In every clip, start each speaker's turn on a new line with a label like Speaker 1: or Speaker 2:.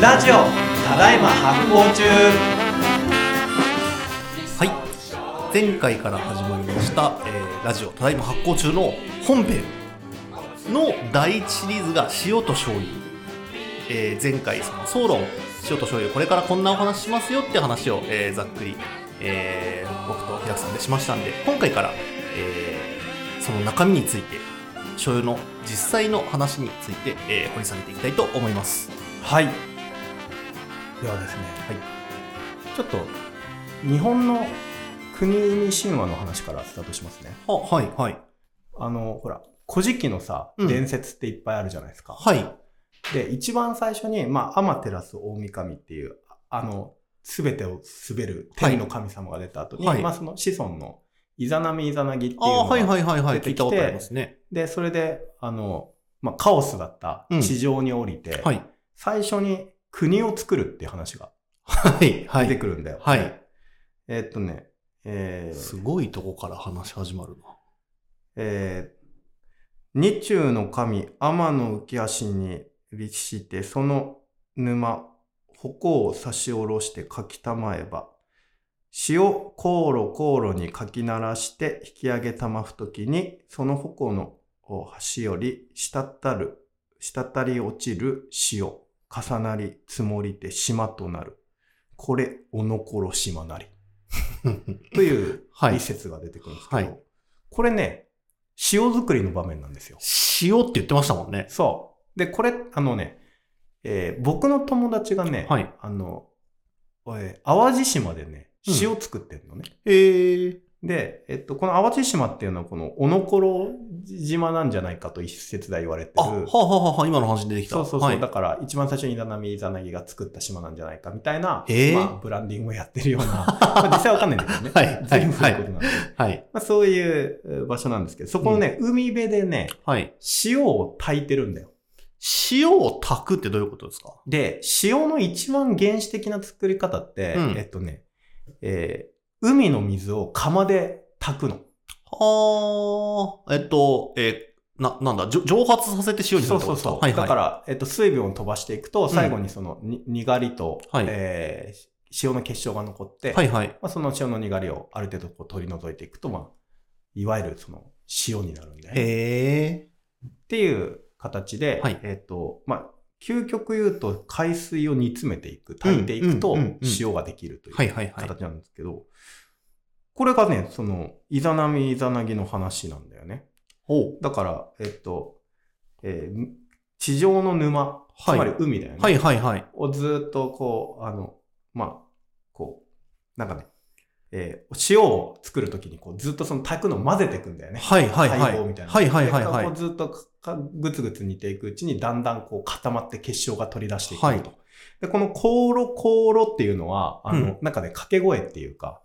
Speaker 1: ラジオただいま発行中
Speaker 2: はい前回から始まりました、えーラジオただいま発行中の本編の第1シリーズが塩と醤油、えー前回その総論塩と醤油これからこんなお話しますよって話を、えーざっくり、えー僕と平木さんでしましたんで今回から、えーその中身について醤油の実際の話について、えー掘り下げていきたいと思います
Speaker 1: はい
Speaker 3: ではですね、
Speaker 2: はい
Speaker 3: ちょっと日本の国々神話の話からスタートしますね。
Speaker 2: あはいはい
Speaker 3: あの、ほら、古事記のさ、
Speaker 2: うん
Speaker 3: 伝説っていっぱいあるじゃないですか。
Speaker 2: はい
Speaker 3: で、一番最初に、まあ、アマテラス大神っていう、ああの、すべてを滑る天の神様が出た後に、
Speaker 2: はい
Speaker 3: まあ、その子孫のイザナミイザナギっていう
Speaker 2: ああ
Speaker 3: のが、
Speaker 2: はいはいはいは
Speaker 3: 出
Speaker 2: い
Speaker 3: てき
Speaker 2: 聞い
Speaker 3: て
Speaker 2: たことありますね
Speaker 3: で、それで、あの、まあ、カオスだった
Speaker 2: うん
Speaker 3: 地上に降りて、
Speaker 2: はい
Speaker 3: 最初に国を作るっていう話が
Speaker 2: はいは
Speaker 3: 出
Speaker 2: い
Speaker 3: てくるんだよ。
Speaker 2: はい。
Speaker 3: えーっとね、えー
Speaker 2: すごいとこから話始まるな。
Speaker 3: えー、日中の神天の浮足に立してその沼矛を差し下ろしてかきたまえば潮航路航路にかき鳴らして引き上げたまふときにその矛の端より滴たる滴り落ちる潮重なり積もりて島となるこれおのころ島なりという
Speaker 2: はい
Speaker 3: 一節が出てくるんですけど、
Speaker 2: はい
Speaker 3: これね、塩作りの場面なんですよ。
Speaker 2: 塩って言ってましたもんね。
Speaker 3: そう。で、これ、あのね、えー僕の友達がね、
Speaker 2: はい
Speaker 3: あの、えー淡路島でね、
Speaker 2: うん
Speaker 3: 塩作ってるのね。
Speaker 2: へえ。
Speaker 3: で、えっと、この淡路島っていうのは、この、おのころ島なんじゃないかと一説で言われて
Speaker 2: あ、は
Speaker 3: る。
Speaker 2: あ、はあはあはあ、今の話に出てきた。
Speaker 3: そうそうそう。
Speaker 2: はい
Speaker 3: だから、一番最初にイザナミイザナギが作った島なんじゃないかみたいな、
Speaker 2: へー
Speaker 3: まあ、ブランディングをやってる ような、まあ実際わかんないんだけどね。
Speaker 2: はいはい
Speaker 3: 随分古いことなんで。
Speaker 2: はい。
Speaker 3: まあ、そういうえー場所なんですけど、そこのね、海辺でね、
Speaker 2: はい。
Speaker 3: 塩を炊いてるんだよ。
Speaker 2: 塩を炊くってどういうことですか
Speaker 3: で、塩の一番原始的な作り方って、
Speaker 2: うん
Speaker 3: えっとね、えー海の水を釜で炊くの。
Speaker 2: はあ、えっと、えーな、なんだ、じょ蒸発させて塩にす
Speaker 3: そう
Speaker 2: るって
Speaker 3: そ
Speaker 2: こと
Speaker 3: う
Speaker 2: ですか
Speaker 3: そう。
Speaker 2: はいはい。
Speaker 3: だから、えっと、水分を飛ばしていくと、最後にその、ににがりと、
Speaker 2: はい
Speaker 3: えー塩の結晶が残って、
Speaker 2: はいはい。
Speaker 3: まあ、その塩のにがりをある程度こう取り除いていくと、まあ、いわゆるその塩になるんだよね。
Speaker 2: へえ。
Speaker 3: っていう形で、
Speaker 2: はい
Speaker 3: えっ、と、まあ、究極言うと海水を煮詰めていく、炊いていくと
Speaker 2: うんうんうんうん
Speaker 3: 塩ができるとい
Speaker 2: はいうはいはい。
Speaker 3: 形なんですけど、これがね、その、イザナミイザナギの話なんだよね。
Speaker 2: おう
Speaker 3: だから、えっ、と、えー地上の沼、つ
Speaker 2: はい
Speaker 3: まり海だよね。
Speaker 2: はいはいはい。
Speaker 3: をずーっとこう、あの、まあ、こう、なんかね、えー塩を作るときにこうずっとその炊くのを混ぜていくんだよね。
Speaker 2: はいはいはい。
Speaker 3: 配合みたいな。
Speaker 2: はいはいはいはい
Speaker 3: でこうずっとかぐつぐつ煮ていくうちにだんだんこう固まって結晶が取り出していくと。
Speaker 2: はい
Speaker 3: で、このコーロコーロっていうのは、あの、
Speaker 2: うん
Speaker 3: なんかね、掛け声っていうか、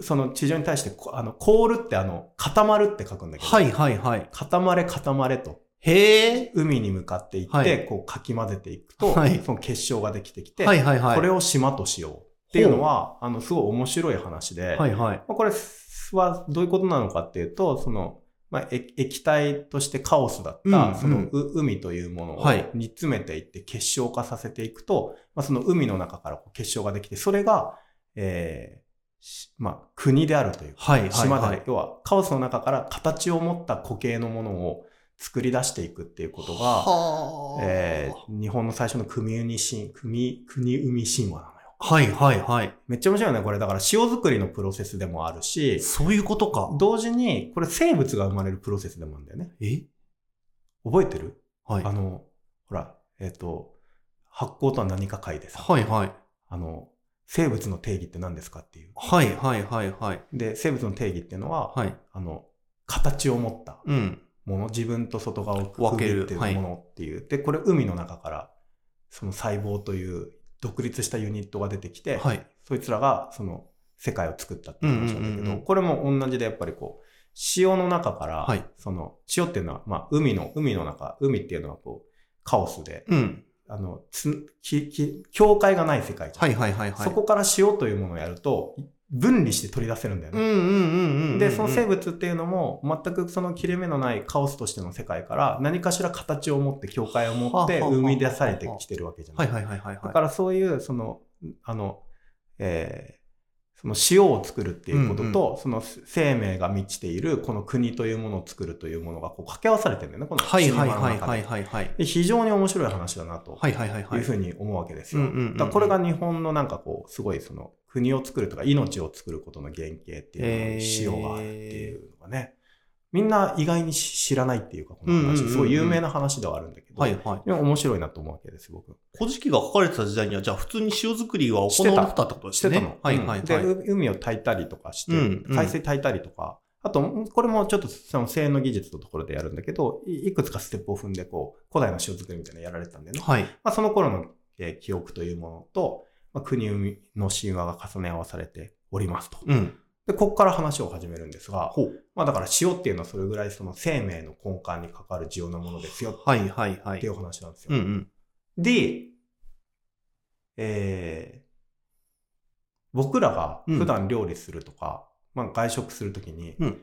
Speaker 3: その地上に対してこ、あの、凍るってあの、固まるって書くんだけど、
Speaker 2: はいはいはい。
Speaker 3: 固まれ固まれと、
Speaker 2: へえ。
Speaker 3: 海に向かっていって、
Speaker 2: はい
Speaker 3: こうかき混ぜていくと、
Speaker 2: はい
Speaker 3: その結晶ができてきて、
Speaker 2: はいはいはい。
Speaker 3: これを島としようっていうのは、あの、すごい面白い話で、
Speaker 2: はいはい。
Speaker 3: まあこれはどういうことなのかっていうと、その、まあ、液液体としてカオスだった、
Speaker 2: うんうん
Speaker 3: そのう海というものを
Speaker 2: はい
Speaker 3: 煮詰めていって結晶化させていくと、まあ、その海の中からこう結晶ができて、それが、えーしまあ、国であるというか、
Speaker 2: はいはいはい。
Speaker 3: 島である、要はカオスの中から形を持った固形のものを作り出していくっていうことが、
Speaker 2: はあ。
Speaker 3: えー日本の最初の国海神国国海神話なのよ。
Speaker 2: はいはいはい。
Speaker 3: めっちゃ面白いよね、これ。だから塩作りのプロセスでもあるし、
Speaker 2: そういうことか。
Speaker 3: 同時に、これ生物が生まれるプロセスでもあるんだよね。
Speaker 2: え
Speaker 3: 覚えてる、
Speaker 2: はい。
Speaker 3: あの、ほら、えっ、と、発酵とは何か書いてさ、
Speaker 2: はいはい。
Speaker 3: あの、生物の定義って何ですかっていう。
Speaker 2: はいはいはいはい。
Speaker 3: で、生物の定義っていうのは、
Speaker 2: はい。
Speaker 3: あの、形を持った
Speaker 2: うん。
Speaker 3: もの、自分と外側を
Speaker 2: 分ける
Speaker 3: 区切ってるものっていう。で、これ海の中から、その細胞という独立したユニットが出てきて、
Speaker 2: はい。
Speaker 3: そいつらがその世界を作ったっていう話なんだけど、
Speaker 2: うんうんうんうん
Speaker 3: これも同じでやっぱりこう、潮の中から、
Speaker 2: はい
Speaker 3: その、潮っていうのは、まあ、海の、海の中、海っていうのはこう、カオスで、
Speaker 2: うん。
Speaker 3: あの、つ、き、き、境界がない世界じゃん
Speaker 2: はいはいはいはい。
Speaker 3: そこから潮というものをやると、分離して取り出せるんだよね。
Speaker 2: うんうんうんうん。
Speaker 3: で、その生物っていうのも、全くその切れ目のないカオスとしての世界から、何かしら形を持って、境界を持って、
Speaker 2: はあはあ
Speaker 3: 生み出されてきてるわけじゃな。
Speaker 2: はいいはいはいはいはい。
Speaker 3: だからそういう、その、あの、えーその塩を作るっていうことと、その生命が満ちている、この国というものを作るというものが、こう、掛け合わされてるんだよね、この
Speaker 2: はいは
Speaker 3: 神
Speaker 2: い
Speaker 3: 話の
Speaker 2: はい
Speaker 3: 中
Speaker 2: は
Speaker 3: で
Speaker 2: いはいはい。
Speaker 3: で非常に面白い話だなと。。
Speaker 2: はいはいはいはいいう
Speaker 3: ふうに思うわけです
Speaker 2: うん
Speaker 3: よ
Speaker 2: うんうんうん。
Speaker 3: だからこれが日本のなんかこう、すごいその、国を作るとか命を作ることの原型っていうのに仕様があるっていうのがね、みんな意外に知らないっていうか、この
Speaker 2: うんうんうんう
Speaker 3: 話、
Speaker 2: ん
Speaker 3: すごい有名な話ではあるんだけど、
Speaker 2: はいはい。
Speaker 3: でも面白いなと思うわけです、僕。
Speaker 2: 古事記が書かれてた時代には、じゃあ普通に塩作りは行
Speaker 3: してた
Speaker 2: われてたってことで
Speaker 3: して
Speaker 2: すね。
Speaker 3: たの。
Speaker 2: はいはい
Speaker 3: うん
Speaker 2: は
Speaker 3: で、
Speaker 2: い。
Speaker 3: う海を炊いたりとかして、
Speaker 2: うんうん
Speaker 3: 海水炊いたりとか、あと、これもちょっとその性能技術のところでやるんだけど、いいくつかステップを踏んで、こう、古代の塩作りみたいなのやられてたんだよね。
Speaker 2: はい。
Speaker 3: まあ、その頃の、えー記憶というものと、まあ、国生みの神話が重ね合わされておりますと。
Speaker 2: うん。
Speaker 3: で、ここから話を始めるんですが、
Speaker 2: ほう。
Speaker 3: まあだから塩っていうのはそれぐらいその生命の根幹に関わる重要なものですよ
Speaker 2: はいはいは
Speaker 3: ってい
Speaker 2: い。
Speaker 3: うお話なんですよ。
Speaker 2: うんうん。
Speaker 3: で、えー僕らが普段料理するとか、まあ外食するときに、
Speaker 2: うん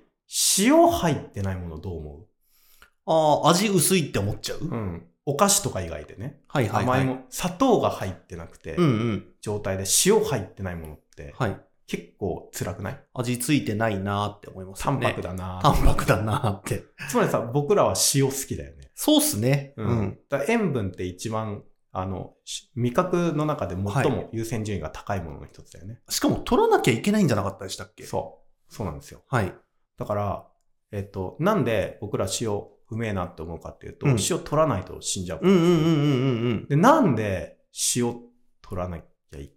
Speaker 3: 塩入ってないものどう思
Speaker 2: ああ、味薄いって思っちゃう
Speaker 3: う、うん、お菓子とか以外でね、
Speaker 2: はいはいは
Speaker 3: 甘い
Speaker 2: い。
Speaker 3: も、砂糖が入ってなくて、
Speaker 2: うんうん。
Speaker 3: 状態で塩入ってないものって
Speaker 2: はい。
Speaker 3: 結構辛くない、
Speaker 2: 味ついてないなーって思いますよ
Speaker 3: 淡
Speaker 2: ね。
Speaker 3: 白だな
Speaker 2: 淡白だなーって。
Speaker 3: つまりさ、僕らは塩好きだよね。
Speaker 2: そうっすね。うん。
Speaker 3: だから塩分って一番、あの、し味覚の中で最も優先順位が高いものの一つだよね。
Speaker 2: しかも取らなきゃいけないんじゃなかったでしたっけ
Speaker 3: そう。そうなんですよ。
Speaker 2: はい。
Speaker 3: だから、えっと、なんで僕ら塩うめえなって思うかっていうと、
Speaker 2: うん
Speaker 3: 塩取らないと死んじゃうか
Speaker 2: う
Speaker 3: ら
Speaker 2: ん
Speaker 3: で
Speaker 2: う
Speaker 3: すよ
Speaker 2: んうんうんうんうん。
Speaker 3: で、なんで塩取らなきゃ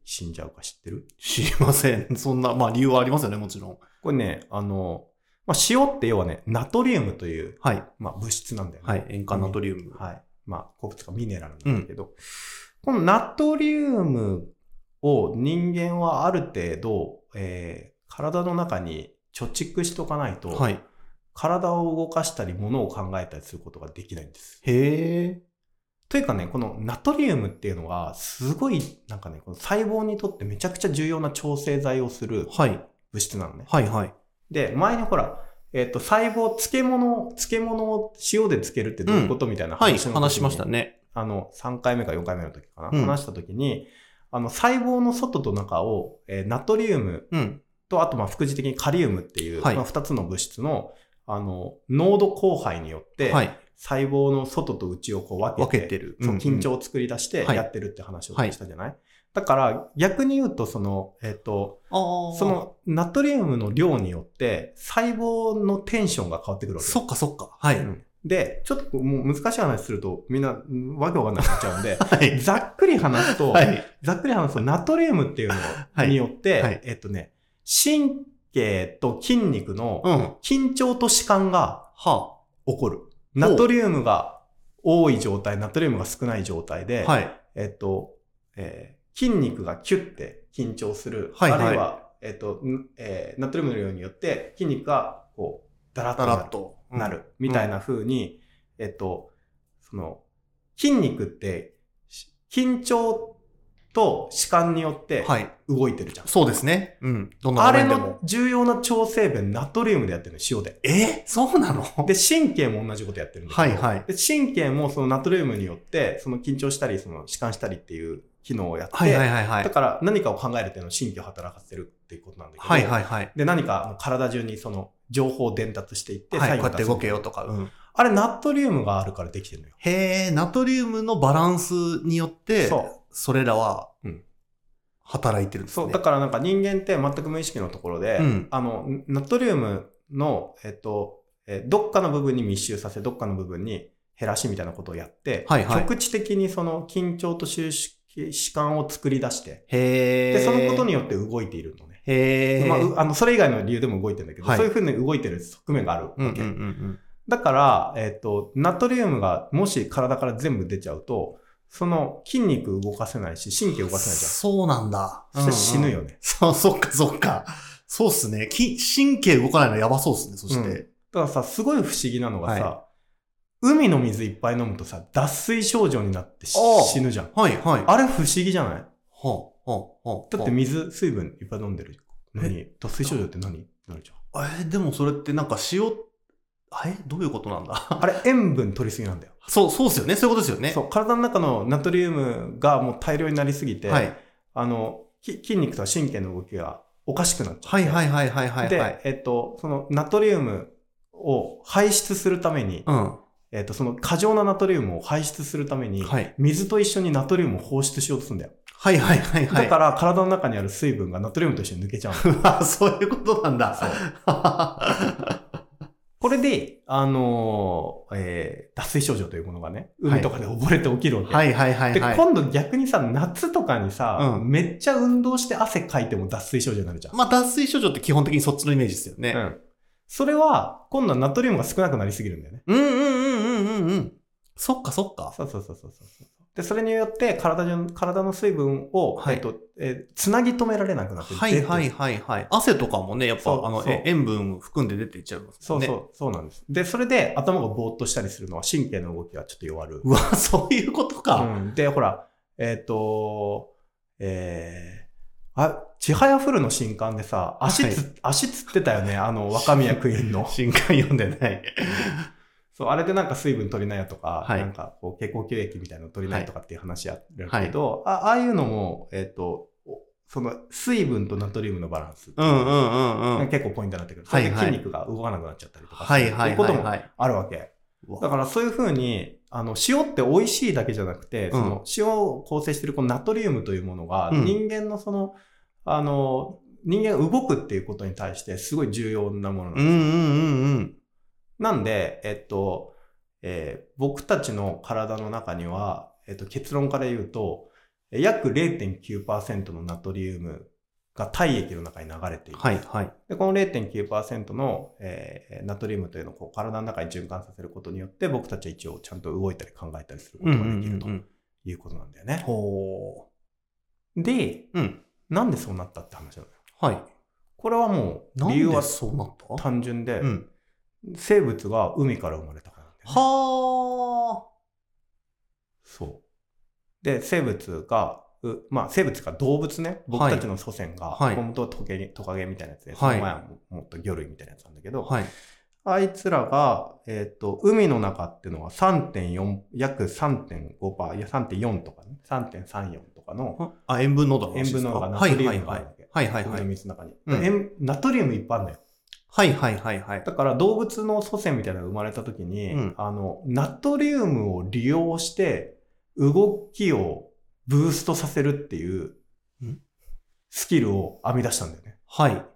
Speaker 3: 死んじゃうか知ってる
Speaker 2: 知りません。 そんな、まあ理由はありますよね、もちろん。
Speaker 3: これね、あの、まあ、塩って要はね、ナトリウムという、
Speaker 2: はい。
Speaker 3: まあ、物質なんだよね。
Speaker 2: はい。塩化ナトリウム。
Speaker 3: はい。まあ、鉱物かミネラルなんだけど、このナトリウムを人間はある程度、えー体の中に貯蓄しとかないと、
Speaker 2: はい。
Speaker 3: 体を動かしたり、物を考えたりすることができないんです。
Speaker 2: へえ。
Speaker 3: というかね、このナトリウムっていうのは、すごい、なんかね、この細胞にとってめちゃくちゃ重要な調整剤をする
Speaker 2: はい。
Speaker 3: 物質なのね。
Speaker 2: はいはい。
Speaker 3: で、前にほら、えっ、と、細胞、漬物、漬物を塩で漬けるってどういうこと、みたいな
Speaker 2: はい。
Speaker 3: 話の時に
Speaker 2: 話しましたね。
Speaker 3: あの、3回目か4回目の時かな、
Speaker 2: うん
Speaker 3: 話した時に、あの、細胞の外と中を、えーナトリウム
Speaker 2: うん。
Speaker 3: と、あと、まあ、副次的にカリウムっていう、
Speaker 2: はい
Speaker 3: まあ、2つの物質の、あの、濃度交配によって、
Speaker 2: はい。
Speaker 3: 細胞の外と内をこう分
Speaker 2: 分
Speaker 3: け
Speaker 2: け
Speaker 3: て、
Speaker 2: てる。
Speaker 3: そう、
Speaker 2: んん
Speaker 3: 緊。張を作り出して
Speaker 2: はい
Speaker 3: やってるって話をしたじゃない、だから、逆に言うと、その、えっ、と、
Speaker 2: ああ。
Speaker 3: そ、の、ナトリウムの量によって、細胞のテンションが変わってくるわけよ
Speaker 2: そっかそっか。はい。
Speaker 3: うんで、ちょっともう難しい話すると、みんな、んわけわかんなくなっちゃうんで、
Speaker 2: はい。
Speaker 3: ざっくり話すと、
Speaker 2: はい。
Speaker 3: ざっくり話すと、ナトリウムっていう
Speaker 2: は
Speaker 3: の
Speaker 2: い
Speaker 3: によって、
Speaker 2: はい
Speaker 3: えっとね、神経と筋肉の
Speaker 2: うん。は
Speaker 3: 緊張と弛緩が
Speaker 2: あ。
Speaker 3: 起こる。ナトリウムが多い状態、ナトリウムが少ない状態で、
Speaker 2: はい。
Speaker 3: えっと、えー筋肉がキュッて緊張する。
Speaker 2: はいはい
Speaker 3: あるいは、えっと、んえーナトリウムの量によって筋肉がこう、だらっと
Speaker 2: だ
Speaker 3: な
Speaker 2: らっ
Speaker 3: る。
Speaker 2: と。
Speaker 3: なる。みたいな風に、えっと、その、筋肉って、し緊張と弛緩によっ
Speaker 2: う
Speaker 3: て
Speaker 2: ん。はい。
Speaker 3: 動いてるじゃん。
Speaker 2: そうですね。うん。どん
Speaker 3: あ
Speaker 2: な場
Speaker 3: れ
Speaker 2: 面
Speaker 3: の
Speaker 2: でも。
Speaker 3: 重要な調整弁、ナトリウムでやってるの、塩で。
Speaker 2: えそうなの
Speaker 3: で、神経も同じことやってるんだけど、
Speaker 2: はいはい
Speaker 3: で神経もそのナトリウムによって、その緊張したり、その弛緩したりっていう機能をやって、
Speaker 2: はいはいはいは
Speaker 3: だ
Speaker 2: い。
Speaker 3: から何かを考えるっていうのは神経を働かせてるっていうことなんだけど、
Speaker 2: はいはいはい。
Speaker 3: で、何かあの体中にその情報を伝達していって、
Speaker 2: は
Speaker 3: サ
Speaker 2: い。
Speaker 3: イン
Speaker 2: こ
Speaker 3: を
Speaker 2: うや
Speaker 3: 出
Speaker 2: っ
Speaker 3: す
Speaker 2: て動けよとか。うん。
Speaker 3: あれ、ナトリウムがあるからできてるのよ。
Speaker 2: へえ、ナトリウムのバランスによって、
Speaker 3: そ
Speaker 2: それらは
Speaker 3: うん、
Speaker 2: 働いてるんですね。
Speaker 3: そう、だからなんか人間って全く無意識のところで、
Speaker 2: うん
Speaker 3: あの、ナトリウムの、えっと、えーどっかの部分に密集させ、どっかの部分に減らしみたいなことをやって、
Speaker 2: はいはい
Speaker 3: 局地的にその緊張と収縮、弛緩を作り出して、
Speaker 2: へえ。
Speaker 3: で、そのことによって動いているのね。
Speaker 2: へえ。
Speaker 3: まあう、あの、それ以外の理由でも動いてるんだけど、
Speaker 2: はい
Speaker 3: そういうふうに動いてる側面があるわけ。
Speaker 2: うんうんうんうん。
Speaker 3: だから、えっ、と、ナトリウムがもし体から全部出ちゃうと、その筋肉動かせないし、神経動かせないじゃん。
Speaker 2: そうなんだ。
Speaker 3: そして死ぬよね。
Speaker 2: そう、そっかそっか。そうっすね。き神経動かないのやばそうっすね、そし
Speaker 3: うん
Speaker 2: て。
Speaker 3: だからさ、すごい不思議なのがさ、
Speaker 2: は
Speaker 3: 海の水いっぱい飲むとさ、脱水症状になってし
Speaker 2: ああ
Speaker 3: 死ぬじゃん。
Speaker 2: はいはい。は
Speaker 3: あれ不思議じゃない
Speaker 2: あはあはあ
Speaker 3: だって水、水分いっぱい飲んでる何脱水症状って何なるちゃん。
Speaker 2: えーでもそれってなんか塩、えどういうことなんだ
Speaker 3: あれ、塩分取りすぎなんだよ。
Speaker 2: そう、そうですよね。そういうことですよね。
Speaker 3: そう、体の中のナトリウムがもう大量になりすぎて、
Speaker 2: はい。
Speaker 3: あの、き筋肉と神経の動きがおかしくなっちゃう。
Speaker 2: はいはいはいはいはい、はい。
Speaker 3: で、えっと、そのナトリウムを排出するために、
Speaker 2: うん。
Speaker 3: えっと、その過剰なナトリウムを排出するために、
Speaker 2: はい。
Speaker 3: 水と一緒にナトリウムを放出しようとするんだよ。
Speaker 2: はいはいはいはい。
Speaker 3: だから体の中にある水分がナトリウムと一緒に抜けちゃうの。
Speaker 2: ら、 そういうことなんだ。
Speaker 3: これで、あのーえー脱水症状というものがね、海とかで溺れて起きるわけ。
Speaker 2: はいはいはい
Speaker 3: で、
Speaker 2: はい。
Speaker 3: 今度逆にさ、夏とかにさ、
Speaker 2: うん
Speaker 3: めっちゃ運動して汗かいても脱水症状になるじゃん。
Speaker 2: まあ、脱水症状って基本的にそっちのイメージですよね。
Speaker 3: うん。それは、今度はナトリウムが少なくなりすぎるんだよね。
Speaker 2: うん、うんうんうんうんうん。そっかそっか。
Speaker 3: そうそうそうそうそうそう。で、それによって体中の、体の水分を、
Speaker 2: はい
Speaker 3: えっと、えーつなぎ止められなくなって
Speaker 2: はいはい
Speaker 3: 出て
Speaker 2: はいはい。汗とかもね、やっぱ、
Speaker 3: そう
Speaker 2: あの、
Speaker 3: そう
Speaker 2: え塩分含んで出ていっちゃいます
Speaker 3: そ
Speaker 2: もん
Speaker 3: う
Speaker 2: ね。
Speaker 3: そう、そうなんです。で、それで頭がぼーっとしたりするのは神経の動きがちょっと弱る。
Speaker 2: うわ、そういうことか。。
Speaker 3: うん、で、ほら、えっ、と、えー、あ、ちはやふるの新刊でさ、足つ、足つってたよね、あの、若宮クイーンの
Speaker 2: 新刊読んでない。
Speaker 3: そう、あれでなんか水分取りなよとか、
Speaker 2: はい
Speaker 3: なんかこう、経口吸液みたいなの取りなよとかっていう話やってるけど、あああいうのも、えっ、と、おその、水分とナトリウムのバランス。
Speaker 2: うんうんうんうん。
Speaker 3: 結構ポイントになってくる。そ
Speaker 2: は
Speaker 3: れ
Speaker 2: いは
Speaker 3: で
Speaker 2: い
Speaker 3: 筋肉が動かなくなっちゃったりとか、
Speaker 2: はいはい
Speaker 3: いうこ
Speaker 2: は
Speaker 3: と
Speaker 2: い
Speaker 3: も
Speaker 2: はい。
Speaker 3: あるわけ。
Speaker 2: うわ
Speaker 3: だからそういうふうに、あの、塩って美味しいだけじゃなくて、その塩を構成してるこのナトリウムというものが、
Speaker 2: うん
Speaker 3: 人間のその、あの、人間が動くっていうことに対してすごい重要なものなん
Speaker 2: う
Speaker 3: です。
Speaker 2: んうんうんうん。
Speaker 3: なんで、えっと、えー僕たちの体の中には、えっと、結論から言うと、約0.9%のナトリウムが体液の中に流れている。
Speaker 2: はいはい。
Speaker 3: でこの0.9%の、えーナトリウムというのをこう体の中に循環させることによって僕たちは一応ちゃんと動いたり考えたりすることができると
Speaker 2: うん
Speaker 3: いうことなんだよね。
Speaker 2: ほ
Speaker 3: で、
Speaker 2: う。うん。
Speaker 3: なんでそうなったって話なのよ。
Speaker 2: はい。
Speaker 3: これはも
Speaker 2: な
Speaker 3: う理由
Speaker 2: ん
Speaker 3: は
Speaker 2: でそうなった
Speaker 3: 単純で、
Speaker 2: うん。
Speaker 3: 生物が海から生まれたからなんだよね。
Speaker 2: は
Speaker 3: そう。で、生物が、うまあ生物か動物ね。僕たちの祖先が、
Speaker 2: はい
Speaker 3: 本当はトカゲトカゲみたいなやつで、
Speaker 2: はい
Speaker 3: その前はもっと魚類みたいなやつなんだけ
Speaker 2: あ。
Speaker 3: ど、
Speaker 2: はい。
Speaker 3: あいつらが、えっ、と、海の中っていうのは3.4、約3.5%、いや3.4とかね、3.34とかの
Speaker 2: あ、塩分濃度の
Speaker 3: 塩
Speaker 2: 話で
Speaker 3: 分
Speaker 2: す
Speaker 3: の
Speaker 2: か
Speaker 3: 方がナ
Speaker 2: は
Speaker 3: ト
Speaker 2: い
Speaker 3: リウ
Speaker 2: はい
Speaker 3: ムが
Speaker 2: は
Speaker 3: あ
Speaker 2: い
Speaker 3: るわけ。
Speaker 2: はいはい
Speaker 3: 海
Speaker 2: は
Speaker 3: の
Speaker 2: い。
Speaker 3: 水の中に、
Speaker 2: うん
Speaker 3: 塩ナトリウムいっぱいあるのよ。
Speaker 2: はいはいはいはい。
Speaker 3: だから動物の祖先みたいなのが生まれた時に、
Speaker 2: うん
Speaker 3: あの、ナトリウムを利用して動きをブーストさせるっていう
Speaker 2: うん
Speaker 3: スキルを編み出したんだよね。
Speaker 2: はい。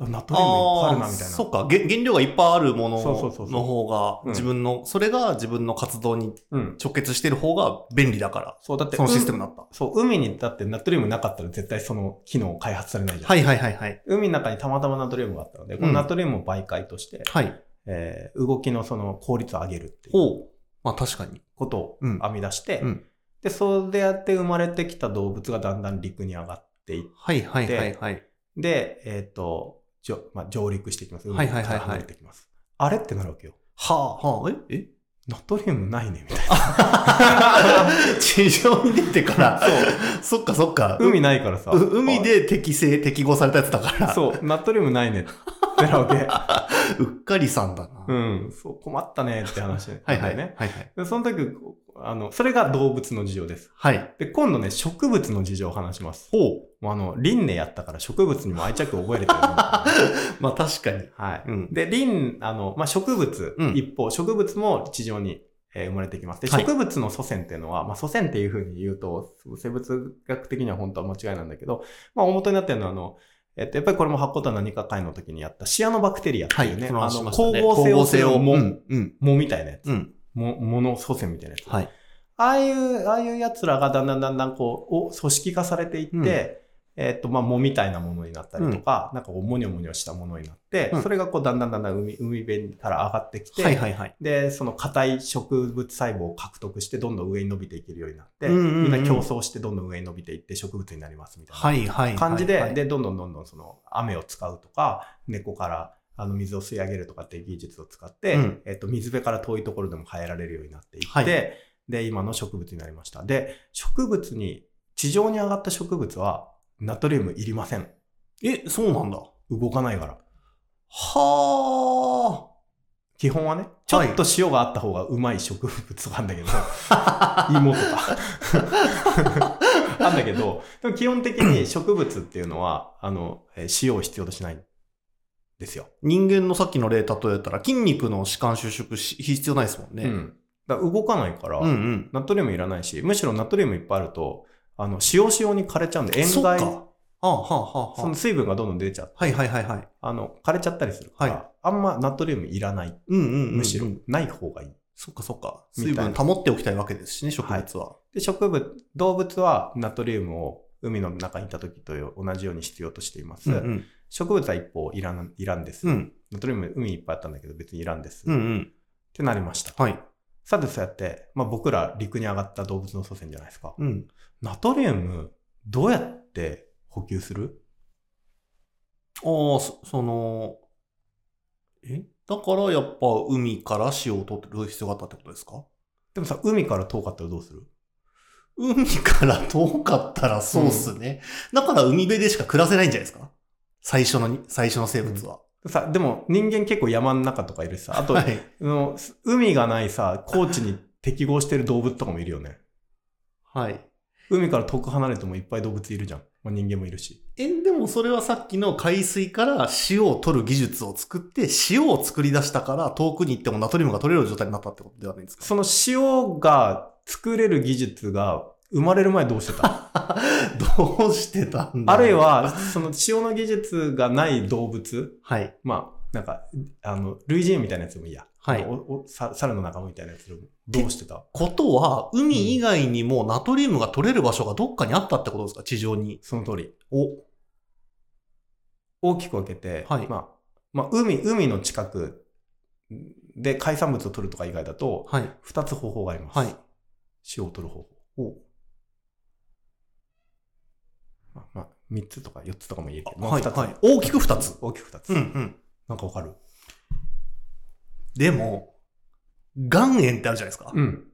Speaker 3: ナトリウムいっぱいあ
Speaker 2: あ
Speaker 3: るな
Speaker 2: ー
Speaker 3: みたいな。
Speaker 2: そっか、原原料がいっぱいあるもの
Speaker 3: そうそうそうそう
Speaker 2: の方が、
Speaker 3: うん
Speaker 2: 自分の、それが自分の活動に
Speaker 3: うん。
Speaker 2: 直結してる方が便利だから、
Speaker 3: そう、だって
Speaker 2: そのシステムになった。
Speaker 3: そう、海にだってナトリウムなかったら絶対その機能開発されないじゃん。
Speaker 2: はいはいはいはい。
Speaker 3: 海の中にたまたまナトリウムがあったので、こ
Speaker 2: う
Speaker 3: の
Speaker 2: ん
Speaker 3: ナトリウムを媒介として、
Speaker 2: はい。
Speaker 3: えー動きのその効率を上げるっていう
Speaker 2: ほう。まあ確かに。
Speaker 3: ことを
Speaker 2: うん
Speaker 3: 編み出して、
Speaker 2: うん
Speaker 3: で、それやって生まれてきた動物がだんだん陸に上がっていっ
Speaker 2: はいはいはいはい。
Speaker 3: で、えっ、と、じょまあ、上陸してきます。
Speaker 2: はいはいはいはい
Speaker 3: 海から離れてきます。あれってなるわけよ。
Speaker 2: はあ、はあ、え え
Speaker 3: ナトリウムないね、みたいな。
Speaker 2: 地上に出てから、そう。そっかそっか。
Speaker 3: 海ないからさ。
Speaker 2: う海で適正、適合されたやつだか
Speaker 3: あ。
Speaker 2: ら、
Speaker 3: そう、ナトリウムないね。ってなるわ
Speaker 2: うっかりさんだな。
Speaker 3: け。うん。そう、困ったねって話なんだ
Speaker 2: は
Speaker 3: よ
Speaker 2: い
Speaker 3: ね。
Speaker 2: はい。はいはい。
Speaker 3: で、その時、こうあの、それが動物の事情です。
Speaker 2: はい。
Speaker 3: で、今度ね、植物の事情を話します。
Speaker 2: ほう。
Speaker 3: もうあの、輪廻やったから植物にも愛着覚えれてるな。
Speaker 2: まあ確かに。
Speaker 3: はい。
Speaker 2: うん。
Speaker 3: で、林、あの、まあ、植物、
Speaker 2: うん
Speaker 3: 一方、植物も地上に、えー生まれてきます。で、
Speaker 2: はい
Speaker 3: 植物の祖先っていうのは、まあ、祖先っていうふうに言うと、生物学的には本当は間違いなんだけど、まあ、大元になってるのは、あの、えっと、やっぱりこれも発酵とは何か会の時にやったシアノバクテリアって
Speaker 2: はいい。
Speaker 3: うね、
Speaker 2: こ
Speaker 3: あ
Speaker 2: 話し
Speaker 3: の、
Speaker 2: ましたね
Speaker 3: 光合成をする
Speaker 2: 光合
Speaker 3: 藻、
Speaker 2: うん。うん。
Speaker 3: 藻みたいなやつ。
Speaker 2: うん。
Speaker 3: 藻藻の祖先みたいなやつ。
Speaker 2: はい。
Speaker 3: ああいう、ああいう奴らがだんだんだんだんこう、お組織化されていって、
Speaker 2: うん
Speaker 3: えっと、まあ、藻みたいなものになったりとか、なんかこう、もにょもにょしたものになって、
Speaker 2: うん
Speaker 3: それがこう、だんだんだんだん海、海辺から上がってきて、
Speaker 2: はいはいはい。
Speaker 3: で、その硬い植物細胞を獲得して、どんどん上に伸びていけるようになって、
Speaker 2: うんうんうん
Speaker 3: みんな競争して、どんどん上に伸びていって植物になりますみたいな。
Speaker 2: はいはい。
Speaker 3: 感じで、
Speaker 2: はいはい
Speaker 3: で、どんどんどんどんその雨を使うとか、猫からあの水を吸い上げるとかっていう技術を使って、
Speaker 2: うん
Speaker 3: えっと、水辺から遠いところでも生えられるようになっていって、
Speaker 2: はい
Speaker 3: で、今の植物になりました。で、植物に、地上に上がった植物は、ナトリウムいりません。
Speaker 2: え、そうなんだ。
Speaker 3: 動かないから。
Speaker 2: は
Speaker 3: 基本はね、ちょっと塩があった方がうまい植物があるんだ けど、芋とか。 あんだけど、でも基本的に植物っていうのは、あの、えー塩を必要としないんですよ。
Speaker 2: あ。人間のさっきの例例えたら筋肉の弛緩収縮し必要ないですもんね。
Speaker 3: うん。だから動かないから、
Speaker 2: うんうん。
Speaker 3: ナトリウムいらないし、むしろナトリウムいっぱいあると、あの、塩塩に枯れちゃうんで、塩
Speaker 2: そっか
Speaker 3: 害、そ
Speaker 2: はあはあはあは
Speaker 3: の水分がどんどん出ちゃう。
Speaker 2: あ。はいはいはいはい。
Speaker 3: あの、枯れちゃったりするから、
Speaker 2: は
Speaker 3: あんまナトリウムいらない。
Speaker 2: うんうんうんうん。
Speaker 3: むしろ、ない方がいい。
Speaker 2: そっかそっか。
Speaker 3: みた
Speaker 2: 水
Speaker 3: いな
Speaker 2: 分保っておきたいわけですしね、植物は。
Speaker 3: で、植物、動物はナトリウムを海の中にいた時と同じように必要としています。
Speaker 2: うんうん。
Speaker 3: 植物は一方いらん、いらんです。
Speaker 2: うん
Speaker 3: ナトリウム海いっぱいあったんだけど別にいらんです。
Speaker 2: うんう
Speaker 3: っ
Speaker 2: ん。
Speaker 3: てなりました。
Speaker 2: はい。
Speaker 3: さてそうやって、まあ僕ら陸に上がった動物の祖先じゃないですか。
Speaker 2: うん。
Speaker 3: ナトリウム、どうやって補給する
Speaker 2: ああ、そその、えだからやっぱ海から塩を取ってる必要があったってことですか
Speaker 3: でもさ、海から遠かったらどうする
Speaker 2: 海から遠かったらそうっすね。だから海辺でしか暮らせないんじゃないですか最初のに、最初の生物は。
Speaker 3: さ、でも人間結構山の中とかいるしさ、あと、
Speaker 2: は
Speaker 3: あ
Speaker 2: い。
Speaker 3: の海がないさ、高地に適合してる動物とかもいるよね。
Speaker 2: はい。
Speaker 3: 海から遠く離れてもいっぱい動物いるじゃん。まあ、人間もいるし。
Speaker 2: え、でもそれはさっきの海水から塩を取る技術を作って、塩を作り出したから遠くに行ってもナトリウムが取れる状態になったってことではないんですか
Speaker 3: その塩が作れる技術が生まれる前どう してた
Speaker 2: どうしてたんだ
Speaker 3: あるい
Speaker 2: は、
Speaker 3: は、その塩の技術がない動物、
Speaker 2: はい。
Speaker 3: まあ、なんか、あの、類人みたいなやつでもいいや。
Speaker 2: はい
Speaker 3: おおさ猿の仲間みたいなやつでもどうしてた
Speaker 2: ことは、海以外にもナトリウムが取れる場所がどっかにあったってことですか地上に。
Speaker 3: その通り。
Speaker 2: お。
Speaker 3: 大きく分けて、
Speaker 2: はい
Speaker 3: まあ、まあ、海、海の近くで海産物を取るとか以外だと、
Speaker 2: はい。
Speaker 3: 二つ方法があります。
Speaker 2: はい。
Speaker 3: 塩を取る方法。まあ、まあ、三つとか四つとかも言えるけど、まあ
Speaker 2: はい。
Speaker 3: 二つ
Speaker 2: はい。大きく二つ。
Speaker 3: 大きく二つ。
Speaker 2: うんうん。
Speaker 3: なんかわかる
Speaker 2: でも、岩塩ってあるじゃないですか。
Speaker 3: うん。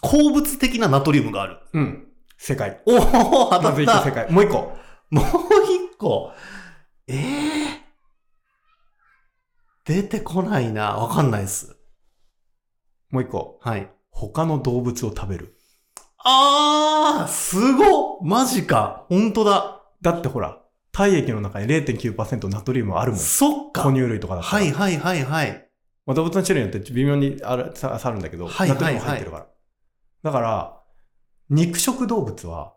Speaker 2: 鉱物的なナトリウムがある。
Speaker 3: うん。正解。
Speaker 2: おお当た
Speaker 3: まず
Speaker 2: っ
Speaker 3: 一個正
Speaker 2: た
Speaker 3: 解。もう一個。
Speaker 2: もう一個。ええ出てこないな。わかんないっす。
Speaker 3: もう一個。
Speaker 2: はい。
Speaker 3: 他の動物を食べる。
Speaker 2: あーすごっマジかほんとだ
Speaker 3: だってほら、体液の中に0.9%ナトリウムあるもん。
Speaker 2: そっ
Speaker 3: 哺
Speaker 2: か
Speaker 3: 乳類とかだった
Speaker 2: は
Speaker 3: ら
Speaker 2: いはいはいはい。
Speaker 3: まあ、動物の種類によって微妙にあるさ差あるんだけど、
Speaker 2: はい
Speaker 3: ナトリウム入ってるから。だから、肉食動物は、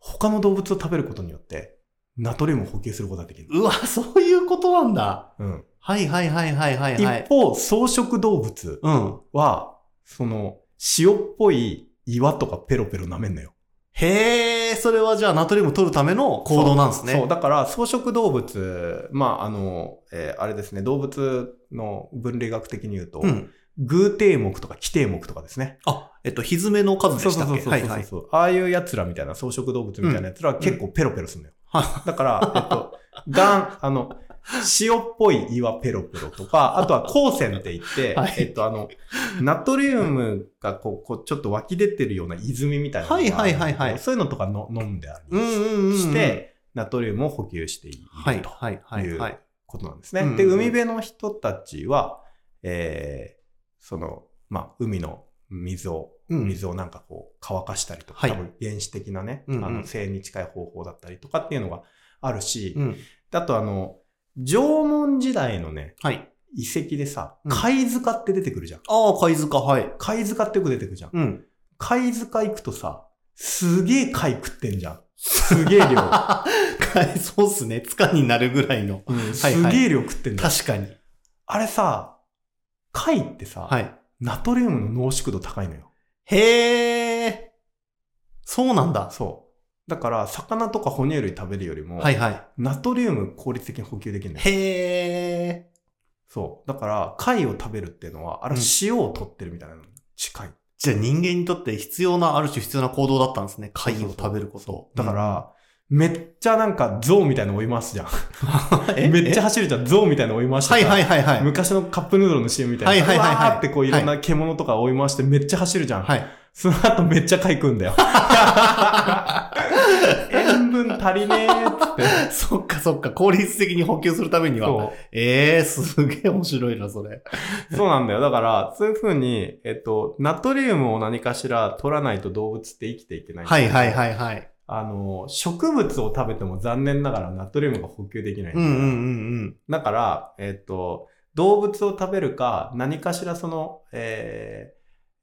Speaker 3: 他の動物を食べることによって、ナトリウムを補給することができる。
Speaker 2: うわ、そういうことなんだ。
Speaker 3: うん。
Speaker 2: はいはいはいはいはいはい
Speaker 3: 一。方、草食動物
Speaker 2: うん。
Speaker 3: は、その、塩っぽい岩とかペロペロ舐めんのよ。
Speaker 2: へえ、それはじゃあナトリウム取るための行動なんですね。
Speaker 3: そう、だから草食動物、まあ、あの、えーあれですね、動物の分類学的に言うと、
Speaker 2: ん。
Speaker 3: 偶蹄目とか奇蹄目とかですね。
Speaker 2: あ、えっと、ひずめの数でしたっ
Speaker 3: そうそ
Speaker 2: け
Speaker 3: うそうそう
Speaker 2: はいはい。
Speaker 3: そうああいう奴らみたいな、草食動物みたいな奴らは結構ペロペロするのよ。
Speaker 2: は
Speaker 3: だから、えっと、ガン、あの、塩っぽい岩ペロペロとか、あとは光線って言って、
Speaker 2: はい
Speaker 3: えっと、あの、ナトリウムがこう、こうちょっと湧き出てるような泉みたいなのがあるんだけど。
Speaker 2: はいはいはいはい
Speaker 3: そういうのとかの飲んであ
Speaker 2: うんうん
Speaker 3: り
Speaker 2: うんうん。
Speaker 3: して、ナトリウムを補給している
Speaker 2: はいはいはいはい。
Speaker 3: ことなんですね。
Speaker 2: うん
Speaker 3: で、海辺の人たちは、えーその、まあ、海の水を、
Speaker 2: うん
Speaker 3: 水をなんかこう乾かしたりとか、
Speaker 2: はい
Speaker 3: 多分原始的なね、
Speaker 2: うんうん
Speaker 3: あの、性に近い方法だったりとかっていうのがあるし、
Speaker 2: うん。
Speaker 3: あとあの、縄文時代のね、
Speaker 2: はい。
Speaker 3: 遺跡でさ
Speaker 2: う、ん
Speaker 3: 貝塚って出てくるじゃん。
Speaker 2: ああ、貝塚、はい。
Speaker 3: 貝塚ってよく出てくるじゃん。
Speaker 2: うん。
Speaker 3: 貝塚行くとさ、すげえ貝食ってんじゃん。すげえ 量。
Speaker 2: 貝、そうっすね。つかになるぐらいの。
Speaker 3: うん
Speaker 2: はい
Speaker 3: すげえ量食ってんだよ。
Speaker 2: 確かに。
Speaker 3: あれさ、貝ってさ、
Speaker 2: はい。
Speaker 3: ナトリウムの濃縮度高いのよ。
Speaker 2: へえ。そうなんだ。
Speaker 3: そう。だから、魚とか哺乳類食べるよりも、
Speaker 2: はいはい。
Speaker 3: ナトリウム効率的に補給できるのよ。
Speaker 2: へえ。
Speaker 3: そう。だから、貝を食べるっていうのは、あれ
Speaker 2: うん
Speaker 3: 塩を取ってるみたいなのに近い。
Speaker 2: じゃあ人間にとって必要な、ある種必要な行動だったんですね。貝を食べること。
Speaker 3: だから、めっちゃなんか象みたいなの追いますじゃん。
Speaker 2: うん、え
Speaker 3: めっちゃ
Speaker 2: え
Speaker 3: 走るじゃん。象みたいなの追いましてさ
Speaker 2: はいはいはいはい。
Speaker 3: 昔のカップヌードルの CM みたいな。
Speaker 2: はいはいはいはいう
Speaker 3: わーってこういろんな獣とか追い回してめっちゃ走るじゃん。
Speaker 2: はい。
Speaker 3: その後めっちゃ買いくんだよ。 塩分足りねえっつって。
Speaker 2: そっかそっか、効率的に補給するためには。
Speaker 3: そ
Speaker 2: ええー、すげえ面白いな、それ。
Speaker 3: う。そうなんだよ。だから、そういうふうに、えっと、ナトリウムを何かしら取らないと動物って生きていけない。
Speaker 2: はいはいはいはい。
Speaker 3: あの、植物を食べても残念ながらナトリウムが補給できない。
Speaker 2: うんうんうんうん。
Speaker 3: だから、えっと、動物を食べるか、何かしらその、えー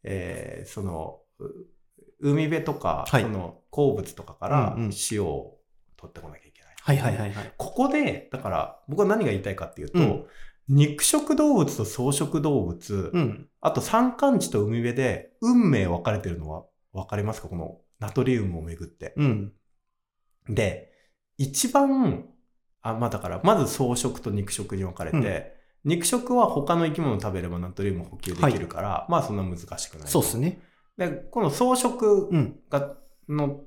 Speaker 3: えーその、う海辺とか、
Speaker 2: はい
Speaker 3: その鉱物とかから
Speaker 2: うんうん
Speaker 3: 塩を取ってこなきゃいけない。
Speaker 2: はいはいはいはい。
Speaker 3: ここで、だから、僕は何が言いたいかっていうと、
Speaker 2: うん
Speaker 3: 肉食動物と草食動物、
Speaker 2: うん。
Speaker 3: あと山間地と海辺で運命分かれてるのは分かりますかこのナトリウムをめぐって。
Speaker 2: うん。
Speaker 3: で、一番、あ、まあだから、まず草食と肉食に分かれて、肉食は他の生き物を食べればナトリウム補給できるから、まあそんな難しくない。
Speaker 2: そうっすね。
Speaker 3: で、この草食
Speaker 2: うん。
Speaker 3: が、の、